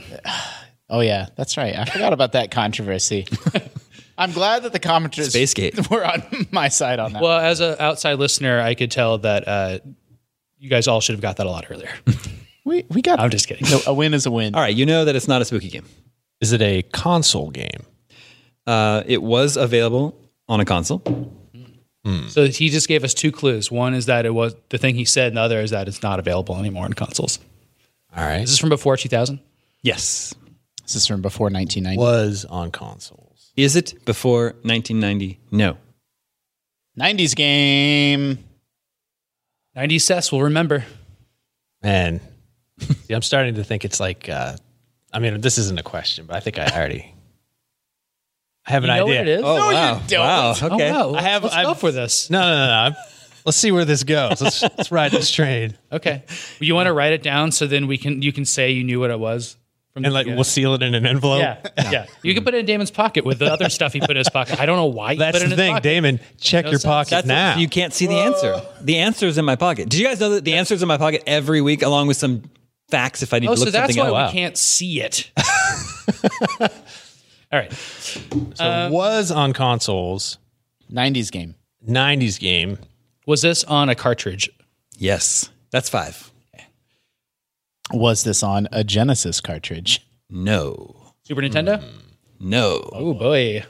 Oh yeah, that's right. I forgot about that controversy. I'm glad that the commenters
Spacegate.
were on my side on that.
Well, as an outside listener, I could tell that uh, you guys all should have got that a lot earlier.
we we got.
I'm just kidding.
No, a win is a win.
All right, you know that it's not a spooky game.
is it a console game?
Uh, it was available on a console.
So he just gave us two clues. One is that it was the thing he said, and the other is that it's not available anymore in consoles.
All right,
Is this from before 2000?
Yes.
This is from before 1990.
was on consoles.
Is it before 1990? No.
90s game.
90s Cess will remember.
Man, see, I'm starting to think it's like. Uh, I mean, this isn't a question, but I think I already. I have an
You know
idea.
what it is?
Oh wow! Wow. Okay.
Oh, wow.
I have-
Let's
I've-
go for this.
No, no, no, no. I'm- Let's see where this goes. Let's, let's ride this train,
Okay. You want to write it down so then we can you can say you knew what it was. From the
and like
beginning?
we'll seal it in an envelope.
yeah, yeah. You can put it in Damon's pocket with the other stuff he put in his pocket. I don't know why. He
That's
put it in
the
his
thing,
pocket.
Damon. Check your
sense.
pocket
That's
now.
you can't see the answer. The answer is in my pocket. Did you guys know that the answer is in my pocket every week, along with some facts if I need
Oh,
to look
so that's
something
why
up?
we can't see it. All right.
so
Uh,
was on consoles,
90s game.
90s game.
Was this on a cartridge?
Yes, that's five.
Was this on a Genesis cartridge?
No,
Super Nintendo?
Hmm.
no.
Oh boy.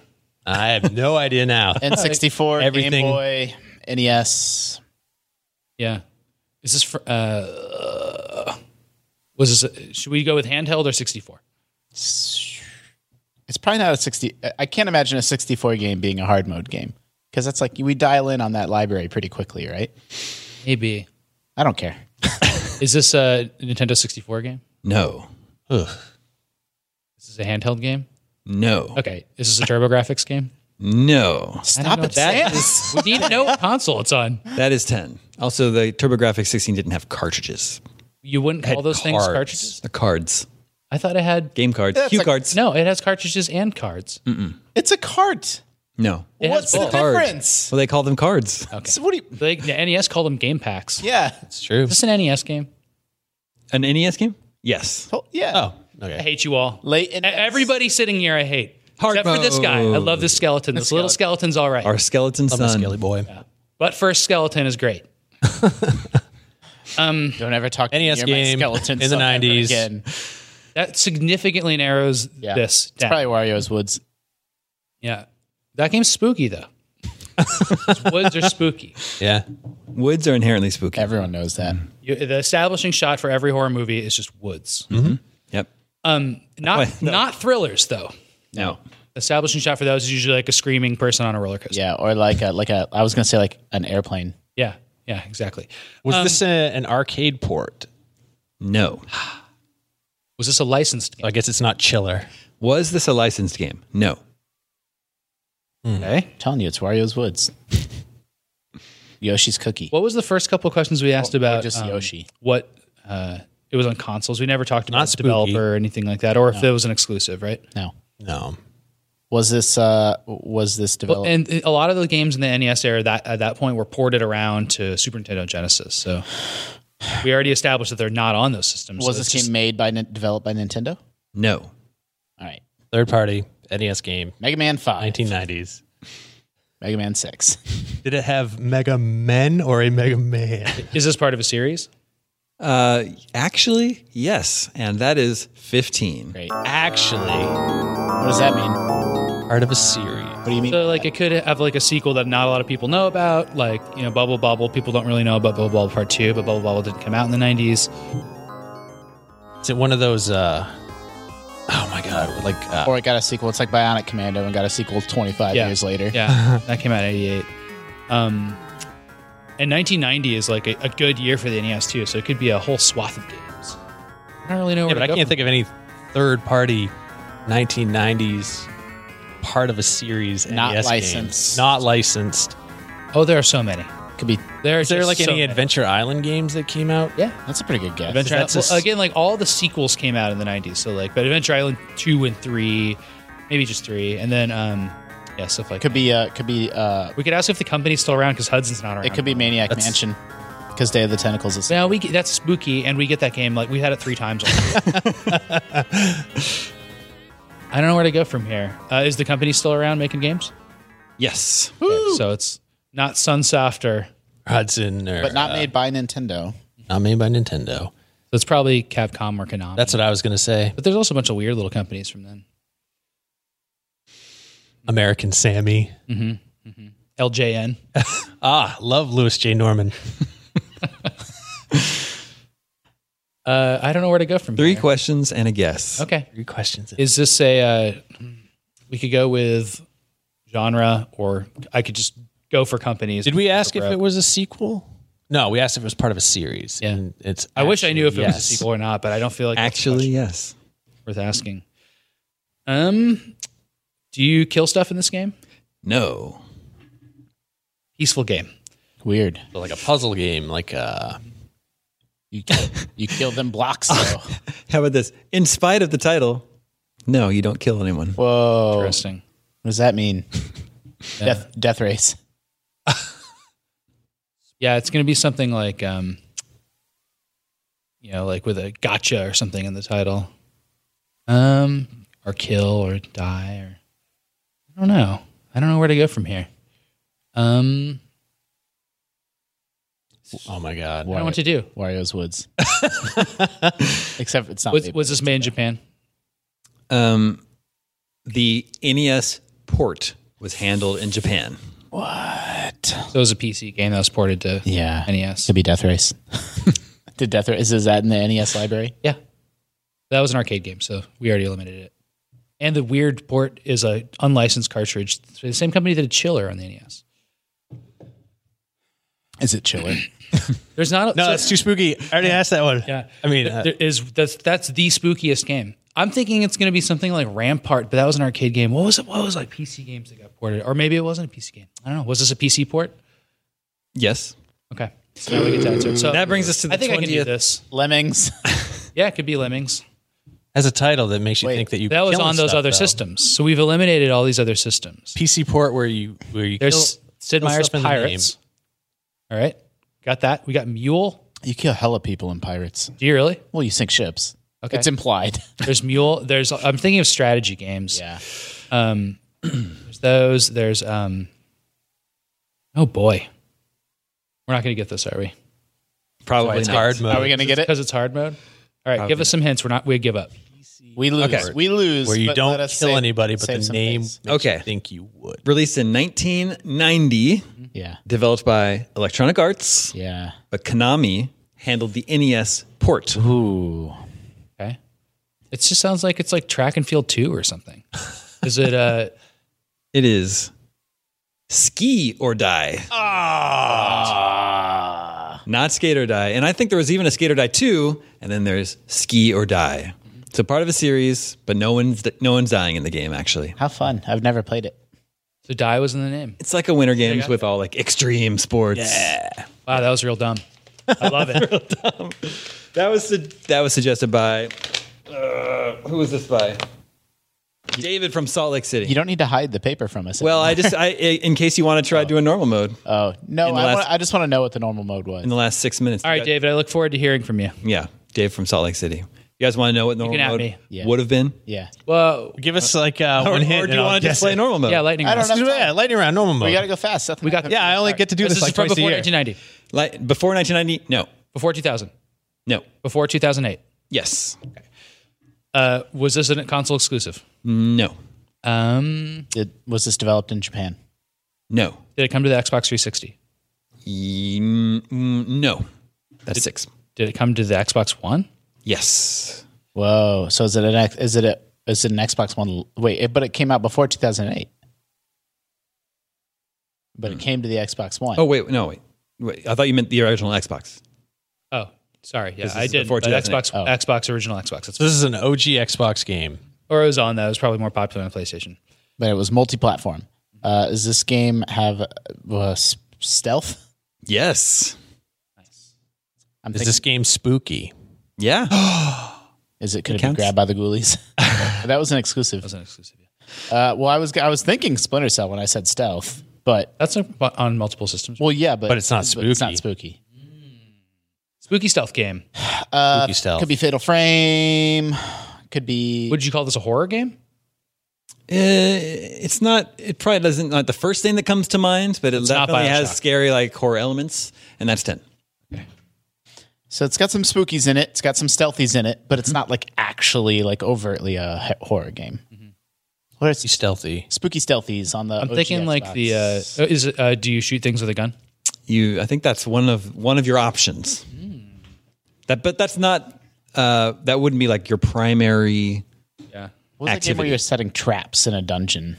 I have no idea now.
N64,
Everything.
Game Boy, E NES.
Yeah. Is this for, uh was this should we go with handheld or 64?
It's probably not a 60. I- I can't imagine a 64 game being a hard mode game because that's like we dial in on that library pretty quickly, right?
Maybe.
I don't care.
Is this a Nintendo 64 game?
No.
Is this a handheld game?
No.
Okay. Is this a TurboGrafx game?
No.
Stop
know
it,
that
Sam.
is
We need to know what console it's on.
that is 10. Also the TurboGrafx 16 didn't have cartridges.
You wouldn't
It
call
had
those things cartridges?
They're cards.
I thought it had
Game cards.
That's
Cue
like-
cards.
No, it has cartridges and cards.
It's a cart.
No.
It has
What's the
both.
Cards.
difference?
Well, they call them cards.
So what do you,
Like the NES E called them game packs.
yeah.
E
It's true.
Is this an NES game?
An NES E game? Yes.
Oh, Yeah.
Oh,
I hate you all.
Late in-
E- everybody sitting here, I hate.
Hard
Except for this guy. I
mode.
love this skeleton. This little skeleton's all right.
Our skeleton son.
Skelly boy.
But first skeleton is great.
Don't ever talk to me
NES
near my
game
skeleton
in the
son ever
90s.
again.
That significantly narrows
Yeah.
this
It's
down.
probably Wario's Woods.
yeah. That game's spooky though. Those woods are spooky.
Yeah.
Woods are inherently spooky.
Everyone knows that.
You, the establishing shot for every horror movie is just woods.
Yep.
Um, not
Wait, no.
not thrillers though.
No.
Establishing shot for those is usually like a screaming person on a roller coaster.
Yeah, or like a like a I was gonna say like an airplane.
yeah, yeah, exactly.
Was this
um,
a, an arcade port?
No.
Was this a licensed game?
I guess it's not Chiller.
Was this a licensed game? No.
Okay.
I'm telling you, it's Wario's Woods. Yoshi's Cookie.
What was the first couple of questions we asked about?
just
um,
Yoshi.
What uh, it was on consoles. We never talked about
Not
the
spooky.
developer or anything like that, or if it was an exclusive, right?
No,
No.
was this uh was this developed?
Well, and a lot of the games in the NES era that at that point were ported around to Super Nintendo and Genesis. So we already established that they're not on those systems.
was
so
this
it's
game
just-
made by Nin- developed by Nintendo?
No.
All right,
Third party NES game.
Mega Man Five,
1990s.
Mega Man Six.
Did it have Mega Men or a Mega Man?
Is this part of a series?
Uh, actually, yes, and that is fifteen.
Great.
Actually,
What does that mean? What
part of a series.
do you mean?
So like it could have like a sequel that not a lot of people know about, like you know Bubble Bobble. People don't really know about Bubble Bobble Part Two, but Bubble Bobble didn't come out in the '90s.
Is it one of those? uh Oh my god! Like uh,
or it got a sequel. It's like Bionic Commando and got a sequel 25
Yeah.
years later.
Yeah, that came out in '88. Um, and 1990 is like a, a good year for the NES too, so it could be a whole swath of games. I don't really know.
yeah,
Where
but I can't think of any third party 1990s part of a series
Not
NES game.
licensed.
Not licensed.
Of- oh, there are so many.
Could be.
There are
Is there
just
like
so
any
many.
Adventure Island games that came out?
Yeah.
That's a pretty good guess.
Adventure Island.
That's a
well, again, like all the sequels came out in the '90s, so like, but Adventure Island two and three, maybe just three, and then um, yeah, stuff like
Could be. Uh, could be. Uh,
We could ask if the company's still around because Hudson's not around.
it could be Maniac
That's-
Mansion because Day of the Tentacles is.
Now we get, that's spooky, and we get that game like we've had it three times. Already. I don't know where to go from here. Uh, is the company still around making games?
Yes.
Okay, so it's not Sunsoft or
Hudson, or,
but not
uh,
made by Nintendo.
not made by Nintendo.
so it's probably Capcom or Konami.
That's what I was gonna say.
but there's also a bunch of weird little companies from then.
American Sammy.
Mm.
LJN.
Ah, love Louis J. Norman.
Uh, I don't know where to go from
Three
here.
questions and a guess.
Okay.
Three questions.
Is this a? Uh, we could go with genre, or I could just go for companies.
Did we ask if it was a sequel? No, we asked if it was part of a series.
Yeah.
And it's
I wish I knew if it was a
yes.
sequel or not, but I don't feel like that's a
Actually, yes.
worth asking. Um, do you kill stuff in this game?
No.
Peaceful game.
Weird.
like a puzzle game, like uh
You kill, you kill them blocks though.
How about this? In spite of the title, no, you don't kill anyone.
Oh.
Whoa. What
Interesting.
does that mean? Death Death Race.
Yeah, it's going to be something like, um, you know, like with a gotcha or something in the title, um, or kill or die or I don't know. I don't know where to go from here. Um,
oh my god.
I don't know what to do.
Wario's Woods. Except it's not.
Was,
made-
was this made in Japan?
Um, the NES port was handled in Japan.
So it was a PC game that was ported to
yeah.
NES.
Could be Death Race. Did Death Race is that in the NES library?
Yeah. That was an arcade game, so we already eliminated it. And the weird port is a unlicensed cartridge. It's the same company did a chiller on the E NES.
Is it Chiller?
There's not a,
No,
so-
that's too spooky. I already asked that one.
yeah.
I mean,
There-
uh,
there is that's that's the spookiest game. I'm thinking it's going to be something like Rampart, but that was an arcade game. What was it? What was like PC games that got ported, or maybe it wasn't a PC game. I don't know. Was this a PC port?
Yes.
Okay, so now we get to answer. it. So
That brings us to the
I think I can do
20th.
this.
Lemmings.
Yeah, it could be Lemmings.
has a title that makes you
Wait,
think that you
That was
killing
on those
stuff,
other
though.
systems. So we've eliminated all these other systems.
PC port where you where you
There's
kill-
Sid
kill
Meier's
stuff in the game.
Pirates. All right. Got that. We got Mule.
You kill hella people in Pirates.
Do you really?
Well, you sink ships.
Okay.
It's implied.
There's mule. There's I'm thinking of strategy games. Um, there's those. There's um. Oh boy, we're not gonna get this, are we?
Probably
It's
not.
hard mode.
Are we gonna get it?
Because it's hard mode. All right, give us some hints. We're not. We give up.
We lose. We lose.
Where you
but
don't
let
kill
us save-
anybody, but
save
the
some
name
things.
makes you
Okay.
think you would.
Released in 1990,
Yeah.
developed by Electronic Arts,
Yeah.
but Konami handled the NES port.
Ooh.
Okay. It just sounds like it's like track and field two or something. Is it? Uh,
It is Ski or Die,
Ah.
not Skate or Die. And I think there was even a Skate or Die 2, and then there's Ski or Die. So part of a series, but no one's no one's dying in the game actually.
How fun. I've never played it.
so die was in the name.
It's like a winter games with all like extreme sports.
Wow, that was real dumb. I love it.
That was su- that was suggested by uh, who was this by? David from Salt Lake City.
You don't need to hide the paper from us.
well, I just I in case you want to try doing normal mode
Oh no!
In the
I,
last-
wanna, I just want to know what the normal mode was.
in the last six minutes.
All right, David. I look forward to hearing from you.
Yeah, Dave from Salt Lake City. You guys want to know what normal
can at
mode
me.
Yeah.
would have been?
yeah,
Well,
Give us like uh,
Or,
one
or
hint.
do you want to just play normal mode?
yeah, lightning.
I don't
round.
know.
Yeah, lightning round, normal mode.
we gotta go fast. Something
We got.
happened.
yeah, I only get to do
This
this,
is
like
from
twice a
before
year.
1990,
Like before 1990? No,
before 2000,
no.
before 2008.
Yes,
Uh, was this a console exclusive?
no,
Um,
It, was this developed in Japan?
no,
did it come to the Xbox 360?
E- mm, mm, no. That's six.
Did it come to the Xbox One?
Yes.
Whoa! So is it an X- is it a is it an Xbox One? Wait, it, but it came out before 2008. But it came to the Xbox One.
Oh wait, no wait. Wait, I thought you meant the original Xbox.
Oh, sorry. Yeah,
This
I
is
did.
before
But
2008.
Xbox, Xbox original Xbox. That's-
So this is an OG Xbox game.
Or it was on that. It was probably more popular on PlayStation.
but it was multi-platform. Uh, does this game have uh, uh, s- stealth?
Yes.
I'm
Is
thinking,
this game spooky?
Yeah. Uh,
is it could it be
counts?
grabbed by the ghoulies? that was an exclusive.
That's an exclusive. yeah.
Uh, well, I was I was thinking Splinter Cell when I said stealth, but
That's a, on multiple systems.
well, yeah, but
But it's not
it's not
spooky.
spooky.
Spooky stealth game.
Uh,
Spooky stealth.
Could be Fatal Frame. Could be.
Would you call this a horror game?
Eh, it's not. It probably doesn't not the first thing that comes to mind, but it
not
definitely
Bioshock.
has scary like horror elements, and that's ten.
so it's got some spookies in it. It's got some stealthies in it, but
Mm-hmm.
it's not like actually like overtly a h- horror game. What are s-
Stealthy.
spooky stealthies on the?
Mm-hmm. I'm thinking like the. Uh, is it, uh, do you shoot things with a gun?
You, I think that's one of one of your options. That, but that's not. Uh, that wouldn't be like your primary.
Yeah.
what was that game where
activity.
you're setting traps in a dungeon.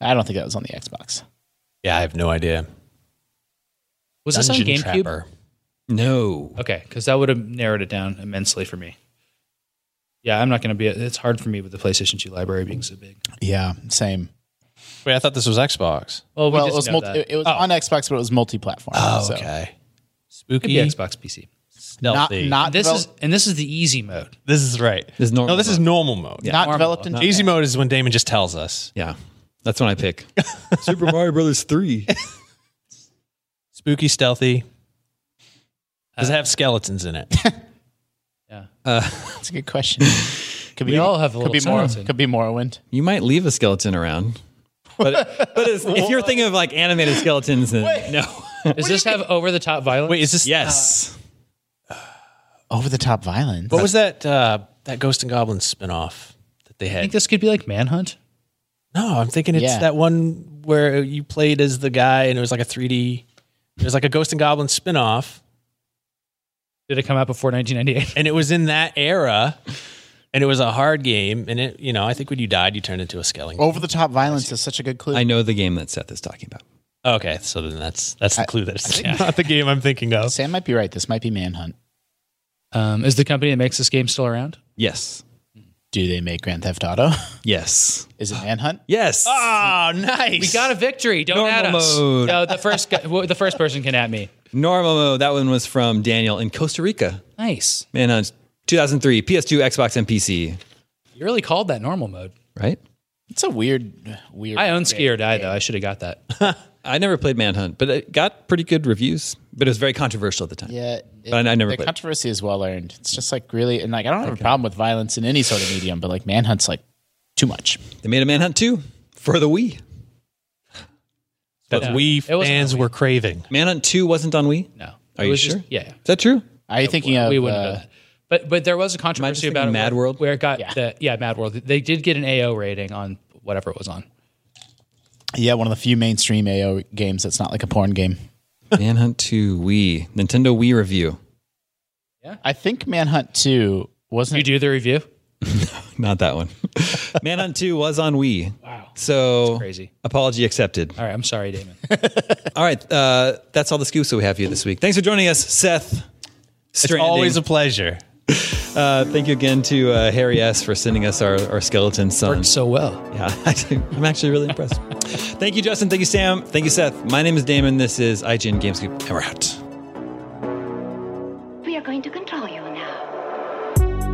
I don't think that was on the Xbox.
Yeah, I have no idea.
Was
Dungeon
this on GameCube?
Trapper.
No,
Okay, because that would have narrowed it down immensely for me. Yeah, I'm not going to be. It's hard for me with the PlayStation 2 library being so big.
Yeah, same.
Wait, I thought this was Xbox.
Well, we
Well, it
just
was
know
multi-
that. Oh.
it it was on Xbox, but it was multi-platform. so
okay.
Could be
Spooky.
E Xbox PC.
Not
Stealthy.
not
This
devel-
is and this is the easy mode.
This is right.
This is normal
no, this is
mode.
normal mode.
not
normal,
developed in
not-
Easy mode is when Damon just tells us.
yeah, that's when I pick Super Mario Brothers three.
Spooky, stealthy. Does it have skeletons in it?
Yeah.
That's a good question. Could be,
We all have a
could be
little
more.
skeleton.
Could be Morrowind.
You might leave a skeleton around, but but if, if you're thinking of like animated skeletons, then no.
Does this have over the top violence?
Wait, is this? Uh,
yes,
Over the top violence.
What was that? Uh, that Ghost and Goblin spinoff that they
I
had?
think this could be like Manhunt.
no, I'm thinking it's
Yeah.
that one where you played as the guy, and it was like a 3D. It was like a Ghost and Goblin spinoff,
Did it come out before 1998?
and it was in that era, and it was a hard game, and it, you know, I think when you died, you turned into a skeleton.
Over the top violence is such a good clue.
I know the game that Seth is talking about.
Okay, so then that's that's the clue. That's not the game I'm thinking of.
Sam might be right. This might be Manhunt.
Um, is the company that makes this game still around?
Yes,
Do they make Grand Theft Auto?
yes, Ah.
Is it Manhunt?
yes.
Oh, nice.
We got a victory. Don't
Normal
at us.
mode.
No, the first guy, well, the first person can at me.
Normal mode. That one was from Daniel in Costa Rica.
Nice.
Man, uh, on 2003, PS2, Xbox, and PC.
You really called that normal mode.
Right?
It's a weird, weird.
I own Ski or Die though. I should have got that.
I never played Manhunt, but it got pretty good reviews. But it was very controversial at the time.
Yeah, it-
But I- I never
the
played.
controversy is well earned. It's just like really, and like I don't have a problem with violence in any sort of medium, but like manhunt's like too much.
They made a Manhunt 2 for the Wii.
that we
It was
fans were craving.
Manhunt 2 wasn't on Wii?
No.
Are
It
you
was
sure?
just- yeah.
Is that true?
Are you thinking of
we wouldn't
uh,
know that. But but there was a controversy
thinking
about it
Mad
where-
World?
where it got
Yeah.
the yeah Mad World. They did get an AO rating on whatever it was on.
yeah one of the few mainstream AO games that's not like a porn game.
Manhunt 2 Wii. Nintendo Wii review.
I think Manhunt Two wasn't.
You do the review?
Not that one. Manhunt 2 was on Wii. Wow. So
crazy.
apology accepted.
All right, I'm sorry, Damon.
All right. Uh, that's all the scoops that we have for you this week. Thanks for joining us, Seth.
It's always a pleasure.
uh, thank you again to uh, Harry S for sending us our, our skeleton son.
Worked so well.
Yeah, I'm actually really impressed. Thank you, Justin. Thank you, Sam. Thank you, Seth. My name is Damon. This is IGN Gamescoop, and we're out.
We are going to control you now.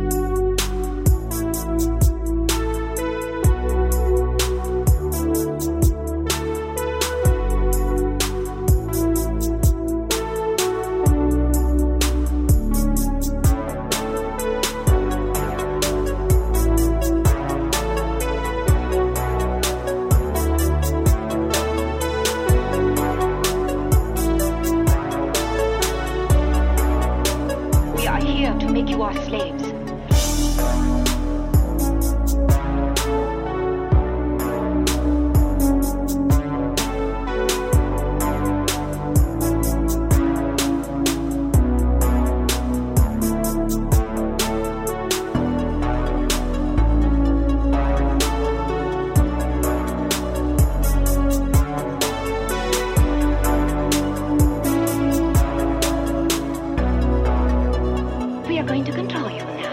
We are here to make you our slaves. We are going to control you now.